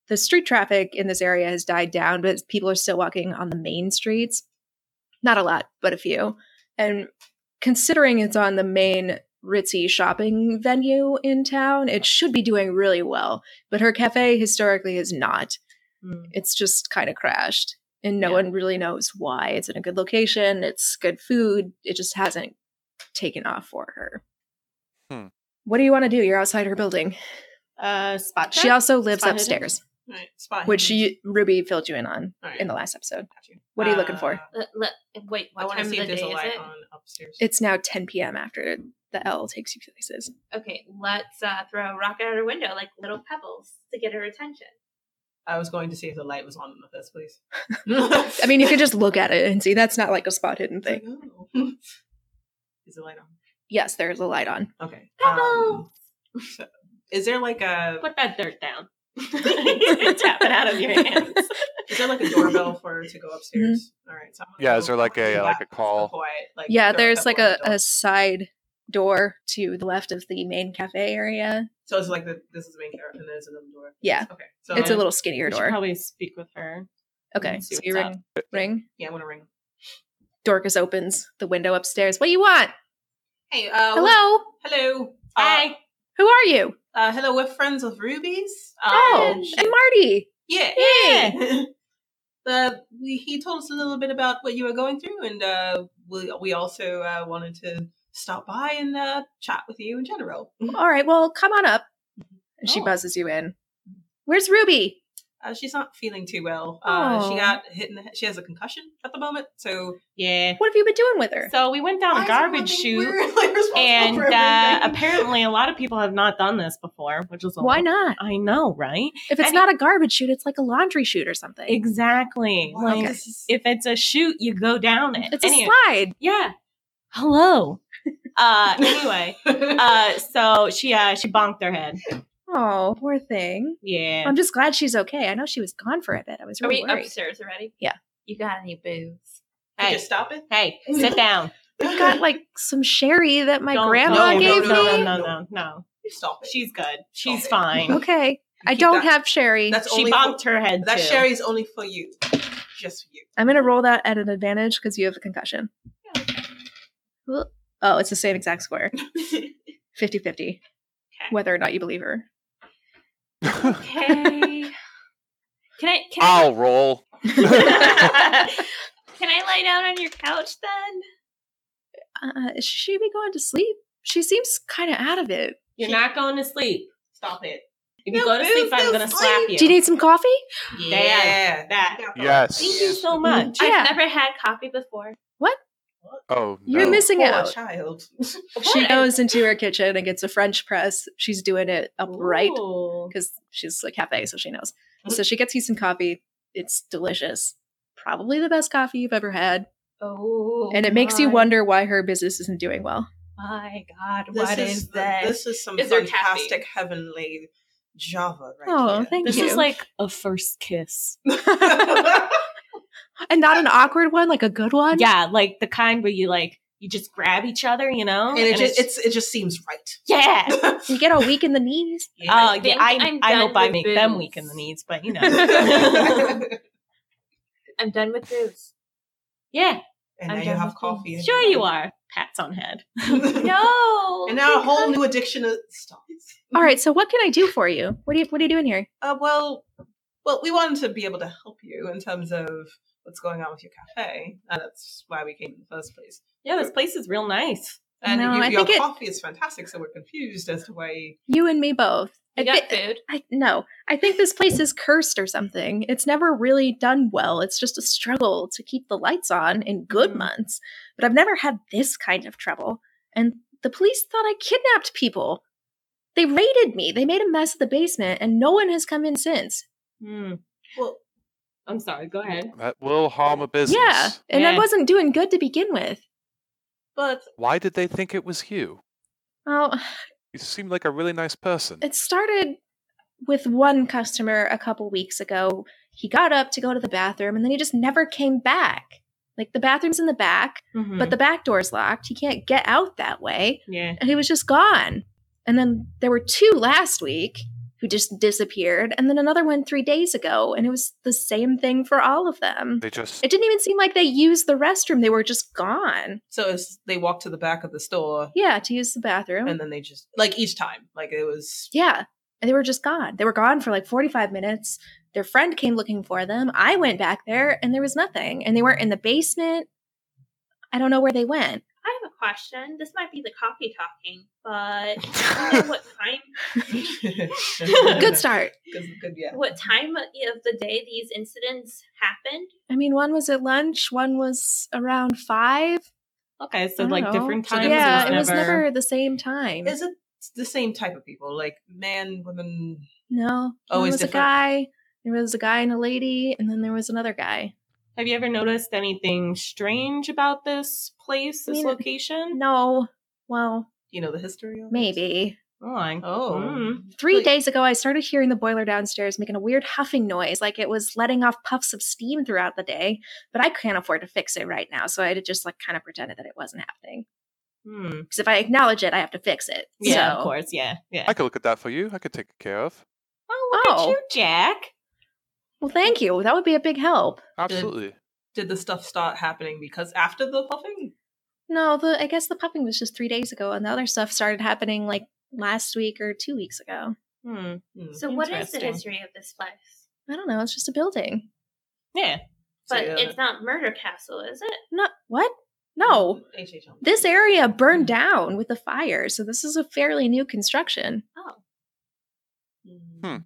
S1: The street traffic in this area has died down, but people are still walking on the main streets. Not a lot, but a few. And considering it's on the main ritzy shopping venue in town, it should be doing really well. But her cafe historically has not it's just kind of crashed and no
S3: Yeah.
S1: one really knows why it's in a good location it's good food it just hasn't taken off for her.
S2: Hmm.
S1: What do you want to do? You're outside her building.
S3: Uh, spot check.
S1: She also lives
S3: Spot hidden.
S1: upstairs,
S4: Right, spot
S1: which
S4: hidden.
S1: you, Ruby filled you in on
S4: All right,
S1: in the last episode.
S4: got you.
S1: What are you looking for?
S4: Uh,
S7: L- l- wait,
S4: I
S7: what time
S4: want to
S7: of
S4: see
S7: the
S4: if
S7: day
S4: there's
S7: is
S4: a light
S7: it?
S4: on upstairs.
S1: It's now 10 p.m. after the L takes you places.
S7: Okay, let's uh, throw a rocket out her window like little pebbles to get her attention.
S4: I was going to see if the light was on in the first place.
S1: <laughs> I
S4: <laughs>
S1: mean, you could just look at it and see. That's not like a spot hidden
S4: It's like,
S1: thing.
S4: oh. <laughs> Is the light on?
S1: Yes, there's a light on.
S4: Okay.
S7: Pebbles!
S4: um, <laughs> so- is there like a
S3: Put that
S1: <laughs>
S3: dirt down. <laughs> Tap it out of your hands.
S4: is there like a <laughs> doorbell for to
S1: Mm-hmm.
S4: go upstairs? All right. So I'm gonna
S2: Yeah,
S4: go-
S2: is there like
S4: I'm gonna
S2: a uh,
S4: go
S2: like a
S4: back
S2: call?
S4: quiet, like,
S1: Yeah,
S4: door
S1: there's
S4: pebble
S1: like
S4: on
S1: a,
S4: the door.
S1: a side door to the left of the main cafe area.
S4: so it's like the, this is the main door and there's another door.
S1: Yeah,
S4: Okay. So
S1: it's a
S4: um,
S1: little skinnier
S3: We should
S1: door.
S3: probably speak with her.
S1: okay,
S3: see
S1: so you
S3: what's
S1: ring, ring.
S4: yeah. I'm gonna ring.
S1: Dorcas opens the window upstairs. What do you want?
S4: Hey.
S3: Oh.
S4: Uh, we're-
S1: Hello,
S4: Hello. Uh,
S3: Hi.
S1: who are you?
S4: Uh, hello. We're friends with Ruby's. Um,
S1: Oh,
S4: she-
S1: and Marty.
S4: Yeah.
S1: Hey.
S4: <laughs> Uh, we, he told us a little bit about what you were going through, and uh, we, we also uh, wanted to stop by and uh, chat with you in general.
S3: Mm-hmm.
S1: All right, well, come on up. And she
S4: Oh.
S1: buzzes you in. Where's Ruby?
S4: Uh, she's not feeling too well. Uh,
S1: Oh.
S4: she got hit in the head. She has a concussion at the moment, so
S3: Yeah.
S1: What have you been doing with her?
S3: So we went down a Oh, garbage chute.
S4: <laughs>
S3: and uh, apparently a lot of people have not done this before which is a
S1: Why
S3: lot-
S1: not?
S3: i know right
S1: If it's
S3: Any-
S1: not a garbage chute, it's like a laundry chute or something.
S3: exactly like
S4: <laughs>
S3: if it's a shoot you go down it
S1: It's a
S3: Any-
S1: slide.
S3: yeah hello <laughs> uh <laughs> anyway uh so she uh she bonked her head
S1: Oh, poor thing.
S3: yeah
S1: I'm just glad she's okay. I know she was gone for a bit. I was
S7: Are
S1: really
S7: we
S1: worried.
S7: upstairs already?
S1: Yeah.
S7: You got any
S1: <laughs>
S7: booze?
S3: hey
S4: stop it.
S3: hey sit down
S1: I got like some sherry that my
S3: Don't-
S1: grandma
S3: no,
S1: gave
S3: no, no,
S1: me.
S3: no no no no
S4: <laughs> Stop it.
S3: she's good she's
S4: Okay.
S3: fine
S1: Okay,
S4: You
S1: I
S4: keep
S1: don't
S4: that-
S1: have sherry.
S4: That's
S3: she
S4: only
S3: bonked
S4: for,
S3: her head
S4: That
S3: too.
S4: sherry's only for you, just for you.
S1: I'm gonna roll that at an advantage because you have a concussion. Oh, it's the same exact square. 50 50. Whether or not you believe her.
S7: Okay. can I can I,
S2: <laughs> I'll roll.
S7: <laughs> can I lie down on your couch then?
S1: Uh, should she be going to sleep? She seems kind of out of it.
S3: you're not going to sleep
S4: <laughs> Stop it.
S3: if you
S4: No
S3: go to sleep
S4: booze,
S3: i'm
S4: no
S3: gonna
S4: sleep.
S3: slap you
S1: Do you need some coffee?
S3: Yeah. that
S4: <laughs>
S3: Mm-hmm.
S2: Yes.
S3: thank you so much
S1: Yeah.
S7: I've never had coffee before.
S2: Oh no.
S1: You're missing
S4: Poor
S1: out.
S4: child.
S1: She goes into her kitchen and gets a French press. She's doing it upright.
S3: Ooh.
S1: because she's a cafe, so she knows. So she gets you some coffee. It's delicious. Probably the best coffee you've ever had.
S7: Oh,
S1: And it makes you
S7: my-
S1: wonder why her business isn't doing well.
S7: My God,
S4: This
S7: what
S4: is
S7: is
S4: the-
S7: that?
S4: This is some
S7: Is there
S4: fantastic heavenly Java right
S1: Oh,
S4: here.
S1: thank
S3: This <laughs>
S1: you.
S3: is like a first kiss.
S1: And not an awkward one, like a good one.
S3: Yeah, like the kind where you like you just grab each other, you know?
S4: and it just it's it just seems right.
S3: yeah.
S4: <laughs>
S1: You get all weak in the knees.
S3: Oh, I,
S7: think
S3: I,
S7: I'm
S3: I
S7: done
S3: hope I
S7: with
S3: make them
S7: booze.
S3: weak in the knees, but you know.
S4: and
S7: I'm done with booze.
S1: <laughs>
S3: yeah,
S4: now
S7: I'm
S4: you
S7: done
S4: have
S7: with
S4: coffee.
S3: sure
S4: <laughs>
S3: you are. <laughs> Pats on head.
S7: No.
S4: And now a whole new addiction is stop.
S1: All
S4: Mm-hmm.
S1: right, so what can I do for you? What are you What are you doing here?
S4: Uh, well, well, we wanted to be able to help you in terms of what's going on with your cafe, and that's why we came in the first place.
S3: Yeah, this place is real nice.
S4: And
S1: No,
S4: you-
S1: I
S4: your
S1: think it-
S4: coffee is fantastic, so we're confused as to why.
S1: You and me both. I,
S7: You got
S1: thi-
S7: food.
S1: I no. I think this place is cursed or something. It's never really done well. It's just a struggle to keep the lights on in good
S4: Mm.
S1: months. But I've never had this kind of trouble. And the police thought I kidnapped people. They raided me. They made a mess of the basement, and no one has come in since.
S3: Hmm.
S4: Well,
S3: I'm sorry, go ahead.
S2: That will harm a business.
S1: Yeah, and I
S3: Yeah.
S1: wasn't doing good to begin with.
S4: but
S2: Why did they think it was you?
S1: Oh,
S2: You seemed like a really nice person.
S1: It started with one customer a couple weeks ago. He got up to go to the bathroom and then he just never came back. Like the bathroom's in the back, but the back door's locked. He can't get out that way.
S3: Mm-hmm. yeah.
S1: And he was just gone. And then there were two last week who just disappeared, and then another one three days ago. And it was the same thing for all of them.
S2: They just <laughs>
S1: It didn't even seem like they used the restroom, they were just gone.
S4: so it's, they walk to the back of the store,
S1: Yeah, to use the bathroom.
S4: and then they just like each time, like it was <laughs>
S1: Yeah. And they were just gone. They were gone for like 45 minutes. Their friend came looking for them. I went back there and there was nothing. And they weren't in the basement. I don't know where they went.
S7: I have a question. This might be the coffee talking, but I don't know
S4: <laughs>
S7: what time
S1: <laughs>
S3: <laughs>
S1: Good start.
S4: Good, good, yeah.
S7: what time of the day these incidents happened.
S1: I mean, one was at lunch, one was around five.
S3: Okay, so
S1: I don't
S3: like
S1: know.
S3: different
S1: So
S3: times.
S1: yeah, it was never the same time.
S4: Is it the same type of people? Like man, women.
S1: no,
S4: Always
S1: there was
S4: different.
S1: a guy. There was a guy and a lady, and then there was another guy.
S3: Have you ever noticed anything strange about this place,
S1: I
S3: this
S1: mean,
S3: location?
S1: No, well,
S4: You know the history of it?
S1: maybe. Mm-hmm.
S3: Oh, I-
S4: Oh.
S3: Mm.
S1: Three
S4: Like-
S1: days ago, I started hearing the boiler downstairs making a weird huffing noise, like it was letting off puffs of steam throughout the day. But I can't afford to fix it right now, so I just like kind of pretended that it wasn't happening.
S3: Hmm.
S1: Because if I acknowledge it, I have to fix it.
S3: Yeah,
S1: So-
S3: of course. Yeah, yeah.
S2: I could look at that for you. I could take it care of.
S3: Oh, look
S1: Oh.
S3: at you, Jack.
S1: Well, thank you. That would be a big help.
S2: Absolutely.
S4: Did the stuff start happening because after the puffing?
S1: No, the I guess the puffing was just three days ago, and the other stuff started happening like last week or two weeks ago.
S3: Hmm.
S4: Hmm.
S7: So, what is the
S3: Interesting.
S7: history of this place?
S1: I don't know. It's just a building.
S3: Yeah.
S4: So,
S7: But
S4: yeah.
S7: it's not Murder Castle, is it?
S1: No, what? No,
S4: HH on.
S1: this area burned down with the fire, so this is a fairly new construction.
S4: <laughs>
S7: Oh,
S4: Hmm.
S2: Hmm.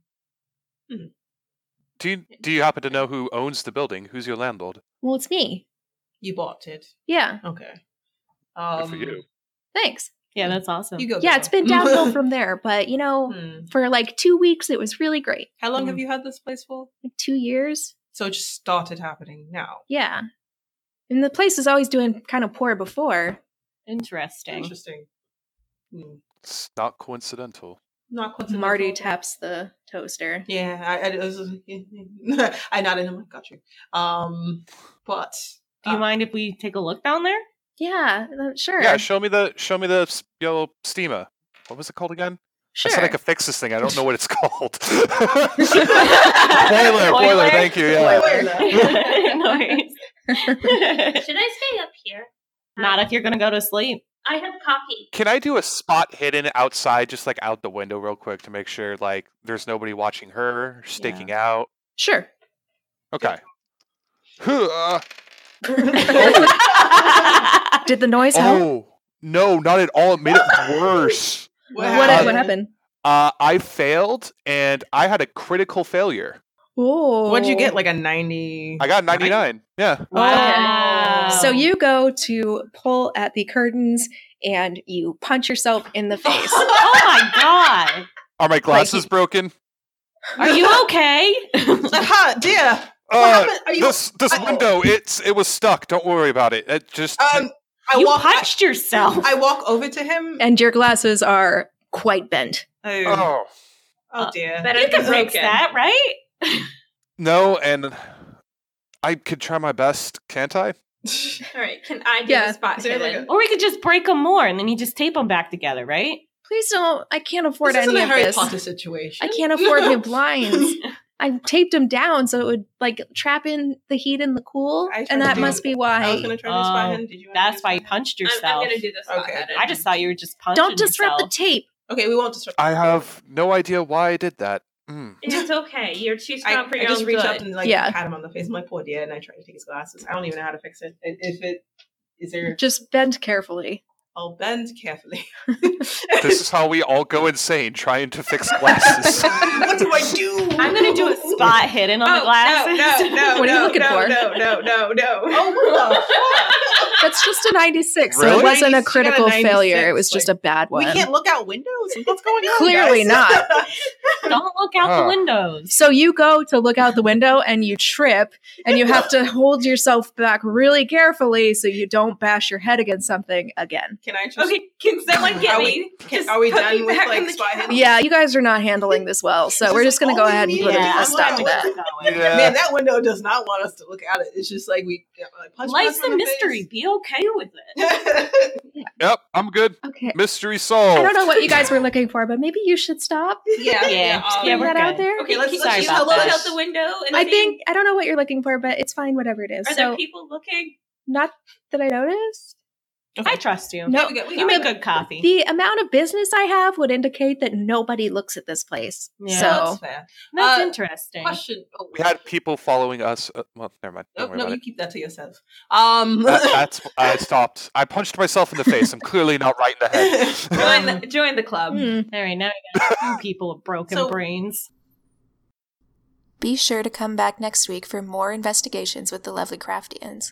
S2: Do you do you happen to know who owns the building? Who's your landlord?
S1: Well, it's me.
S4: You bought it.
S1: Yeah,
S4: Okay.
S2: Good
S4: Um,
S2: for you.
S1: thanks.
S3: Yeah, that's awesome.
S4: You go.
S1: Yeah,
S4: Bella.
S1: it's been
S4: <laughs>
S1: downhill from there, but you know,
S4: Oh, Hmm.
S1: for like two weeks, it was really great.
S4: How long have you had this place for?
S1: Like two years.
S4: So it just started happening now.
S1: Yeah. And the place was always doing kind of poor before.
S3: Interesting.
S4: Interesting. Hmm.
S2: It's not coincidental.
S4: Not quite.
S1: Marty taps the toaster.
S4: Yeah, I, I, was, <laughs> I nodded. I'm like, got you. Um, but uh,
S3: Do you
S4: Ah.
S3: mind if we take a look down there?
S1: Yeah, uh, sure.
S2: Yeah, show me the show me the s- yellow steamer. What was it called again?
S1: sure.
S2: I said I could fix this thing. I don't know what it's <laughs> called. boiler, boiler,
S3: Boiler?
S2: Thank you.
S1: <laughs>
S2: Yeah.
S3: Noise.
S7: should I stay up here?
S3: <laughs> Not
S7: Um,
S3: if you're gonna go to sleep.
S7: I have coffee.
S2: Can I do a spot hidden outside, just like out the window, real quick, to make sure like there's nobody watching her staking out?
S1: Sure. <laughs>
S4: <laughs>
S2: Okay. Huh, uh,
S1: Did the noise help?
S2: oh no, not at all. It made it worse.
S1: What,
S2: Uh,
S1: what happened?
S2: Uh, I failed, and I had a critical failure.
S1: Oh.
S4: What'd you get? Like a ninety?
S2: I got 99. Yeah.
S3: Wow.
S4: um,
S1: So you go to pull at the curtains and you punch yourself in the
S4: <laughs>
S1: face.
S3: Oh my god.
S2: Are my glasses broken?
S4: <laughs>
S3: Are you okay?
S4: Like, ha, dear. What
S2: Uh,
S4: happened? Are you?
S2: this this
S4: I-
S2: window, it's it was stuck. Don't worry about it. It just
S4: um, I
S3: you
S4: walk. I,
S3: punched yourself.
S4: I walk over to him.
S1: and your glasses are quite bent.
S4: oh,
S2: oh
S4: oh dear.
S7: Better
S3: you
S7: than
S3: can fix
S7: broken.
S3: that, right?
S2: no, and I could try my best, can't I?
S7: All right, can I do
S1: Yeah,
S7: the spot
S4: is there like
S7: hidden?
S4: a-
S3: Or we could just break them more and then you just tape them back together, right?
S1: Please don't. I can't afford
S4: This isn't
S1: any
S4: a
S1: of
S4: Harry
S1: this.
S4: Potter situation.
S1: I
S4: <laughs>
S1: can't afford new blinds. I taped them down so it would like trap in the heat and the cool,
S4: I tried
S1: and
S4: to
S1: that
S4: do-
S1: must be
S4: I was
S1: why.
S4: gonna try to spy
S3: Oh,
S4: him.
S1: Um,
S4: Did you? wanna
S3: That's
S4: try
S3: why
S4: to
S3: you
S4: spy him?
S3: punched
S7: I'm,
S3: yourself.
S7: I'm gonna do the spot
S4: Okay,
S7: hidden.
S3: I just thought you were just punching
S1: Don't disrupt the
S3: yourself.
S1: tape.
S4: Okay, we won't disrupt.
S2: I have no idea why I did that. Mm.
S7: It's okay. You're too
S4: I,
S7: strong for
S4: I
S7: your
S4: just
S7: own
S4: reach
S7: good.
S4: up and like
S1: Yeah.
S4: pat him on the face. I'm like, poor dear, and I try to take his glasses. I don't even know how to fix it. I- If it is there,
S1: Just bend carefully.
S4: I'll bend carefully. <laughs>
S2: This is how we all go insane trying to fix
S4: <laughs>
S2: glasses.
S4: what do I do?
S3: I'm gonna do a spot hidden on
S4: Oh,
S3: the glasses.
S4: No, no,
S3: <laughs>
S1: <laughs>
S4: no,
S1: What are you
S4: no,
S1: looking
S4: no,
S1: for?
S4: No, no, no, no. Oh,
S1: That's just a 96, so
S2: Really?
S1: it wasn't a
S4: 96,
S1: critical
S4: she got a
S1: failure. It
S4: 96,
S1: was just a
S4: like,
S1: bad
S4: we
S1: one.
S4: can't look out windows. What's going on?
S1: Clearly
S4: guys?
S1: not.
S3: Don't look out
S2: Huh.
S3: the windows.
S1: So you go to look out the window and you trip, and you have
S4: <laughs>
S1: to hold yourself back really carefully so you don't bash your head against something again.
S4: <laughs> Can I just?
S7: Okay, can
S4: <laughs>
S7: someone get
S4: Are
S7: me? Just
S4: Are we
S7: put me
S4: done with
S7: back in
S4: like
S7: the
S4: spying?
S1: Yeah, you guys are not handling this well, so
S4: It's
S1: we're just
S4: just
S1: going to
S4: all
S1: go
S4: we
S1: ahead and
S4: need
S1: put
S4: is
S1: a
S4: I'm
S1: stop to
S4: like,
S1: that.
S2: Yeah.
S4: Man, that window does not want us to look at it. It's just like we yeah, like punch
S3: Life's
S4: punch
S3: a
S4: in the
S6: <laughs>
S3: mystery. Be okay with it.
S4: face.
S2: Yep, I'm good.
S1: Okay.
S2: Mystery solved.
S1: I don't know what you guys were looking for, but maybe you should stop.
S4: yeah,
S3: Yeah.
S4: um,
S3: Yeah,
S1: Putting
S3: we're
S1: that out
S3: good.
S1: there.
S7: Okay,
S4: let's-
S7: let's,
S4: let's
S7: let's
S4: just
S7: look
S4: help
S7: out
S4: us.
S7: the window. And
S1: I
S7: see-
S1: think I don't know what you're looking for, but it's fine, whatever it is.
S7: Are
S1: so
S7: there people looking?
S1: not that I noticed.
S3: I trust you.
S1: No,
S4: Here we go. We
S3: You
S4: got
S3: make
S4: it.
S3: good coffee.
S1: The amount of business I have would indicate that nobody looks at this place.
S3: Yeah.
S1: So
S4: That's fair.
S3: That's
S4: Uh,
S3: interesting.
S4: Question. Oh,
S2: We had people following us. Uh, well, never mind.
S4: oh,
S2: Don't worry
S4: no,
S2: about
S4: you
S2: it.
S4: keep that to yourself. Um,
S2: That- that's
S4: <laughs>
S2: I stopped. I punched myself in the face. I'm clearly not right in the head.
S4: <laughs>
S3: join,
S1: Um,
S3: the, join the club.
S1: Hmm.
S3: All right, now we got a few people with broken
S4: So-
S3: brains.
S8: Be sure to come back next week for more investigations with the lovely Craftians.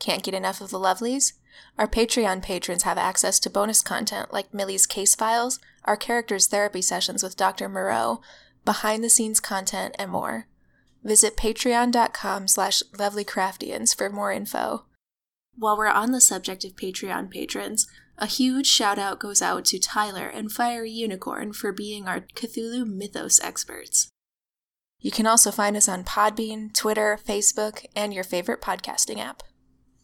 S8: Can't get enough of the lovelies? Our Patreon patrons have access to bonus content like Millie's case files, our characters' therapy sessions with Dr. Moreau, behind the scenes content, and more. Visit patreon.com slash lovelycraftians for more info. While we're on the subject of Patreon patrons, a huge shout out goes out to Tyler and Fiery Unicorn for being our Cthulhu Mythos experts. You can also find us on Podbean, Twitter, Facebook, and your favorite podcasting app.